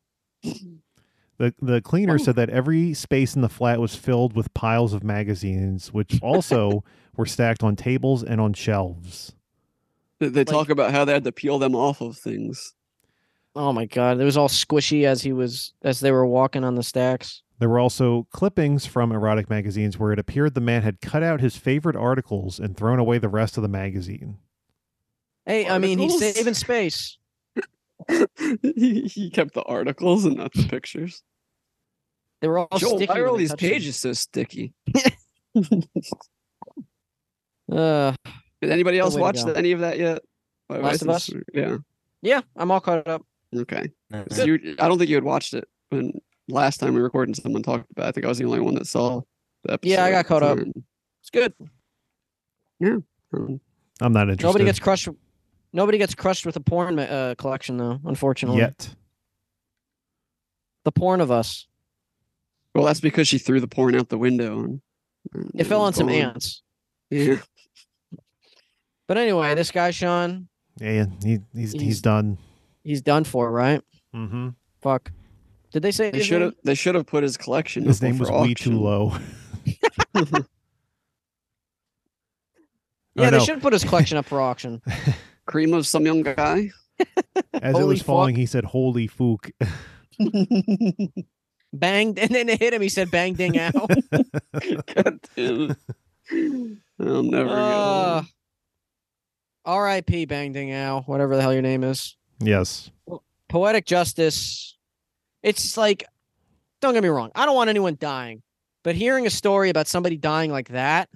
The the cleaner Oh. said that every space in the flat was filled with piles of magazines, <laughs> which also were stacked on tables and on shelves. They, they talk about how they had to peel them off of things. <laughs> Oh my god, it was all squishy as he was as they were walking on the stacks. There were also clippings from erotic magazines where it appeared the man had cut out his favorite articles and thrown away the rest of the magazine. Hey, I mean, he's Articles? saving space. he, he kept the articles and not the pictures. They were all Joel, sticky. why are when all they these touched them. pages <laughs> so sticky? Uh, Did anybody No else way to watch go. any of that yet? Why- why Last is of this- Yeah. yeah, I'm all caught up. Okay. That's So you- I don't think you had watched it when last time we recorded. Someone talked about. it. I think I was the only one that saw the episode. Yeah, I got caught up. and, It's good. um, I'm not interested. Nobody gets crushed. Nobody gets crushed with a porn ma- uh, collection, though. Unfortunately, yet. the porn of us. Well, that's because she threw the porn out the window. And, It fell was on some gone. ants. Yeah. But anyway, this guy Sean, Yeah, he, he's, he's He's- done. he's done for, right? Mm-hmm. Fuck. Did they say They his should have. name? They should have put his collection. His up name for was way auction. too low. <laughs> <laughs> Yeah, oh, they no. should put his collection up <laughs> for auction. Cream of some <laughs> young guy. <laughs> As it Holy was fuck. falling, he said, "Holy fook!" <laughs> Banged, <laughs> and then it hit him. He said, "Bang ding out." God damn it. I'll never Uh, go. R.I.P. Bang Ding Ow, whatever the hell your name is. yes, Poetic justice. It's like, don't get me wrong. I don't want anyone dying, but hearing a story about somebody dying like that,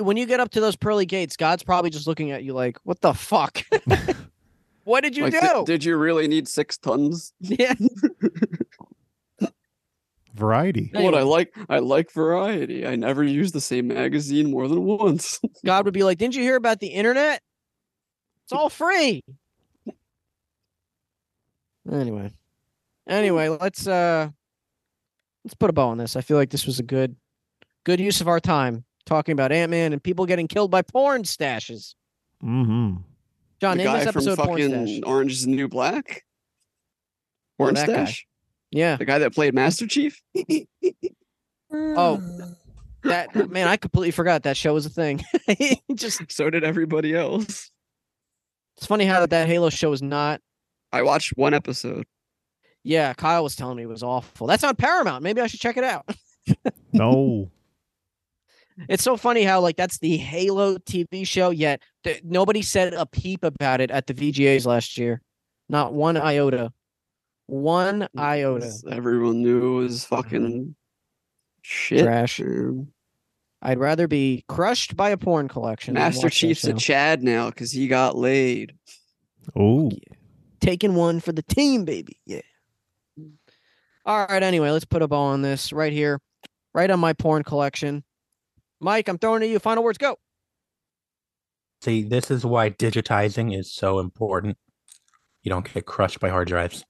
when you get up to those pearly gates, God's probably just looking at you like, "What the fuck? <laughs> what did you Like, do?" di- did you really need six tons? yeah, variety. What I Anyway. like, I like variety. I never use the same magazine more than once. God would be like, "Didn't you hear about the internet? It's all free." Anyway, anyway, let's uh, let's put a bow on this. I feel like this was a good, good use of our time talking about Ant Man and people getting killed by porn stashes. Mm-hmm. John, the name guy this from episode porn stash. fucking Orange is the New Black. Oh, Orange that guy. Stash, Yeah. the guy that played Master Chief. <laughs> Oh, that man, I completely forgot that show was a thing. <laughs> Just so did everybody else. it's funny how that Halo show was not. I watched one episode. Yeah, Kyle was telling me it was awful. That's on Paramount. Maybe I should check it out. No, It's so funny how like that's the Halo TV show, yet th- nobody said a peep about it at the VGAs last year. Not one iota. one iota. Because Everyone knew it was fucking shit. Trash. man. I'd rather be crushed by a porn collection. than Master watch that Chief's show. a Chad now because he got laid. Oh, taking one for the team, baby. Yeah. Mm. All right. Anyway, let's put a bow on this right here, right on my porn collection. Mike, I'm throwing it at you. Final words, go. See, this is why digitizing is so important. You don't get crushed by hard drives.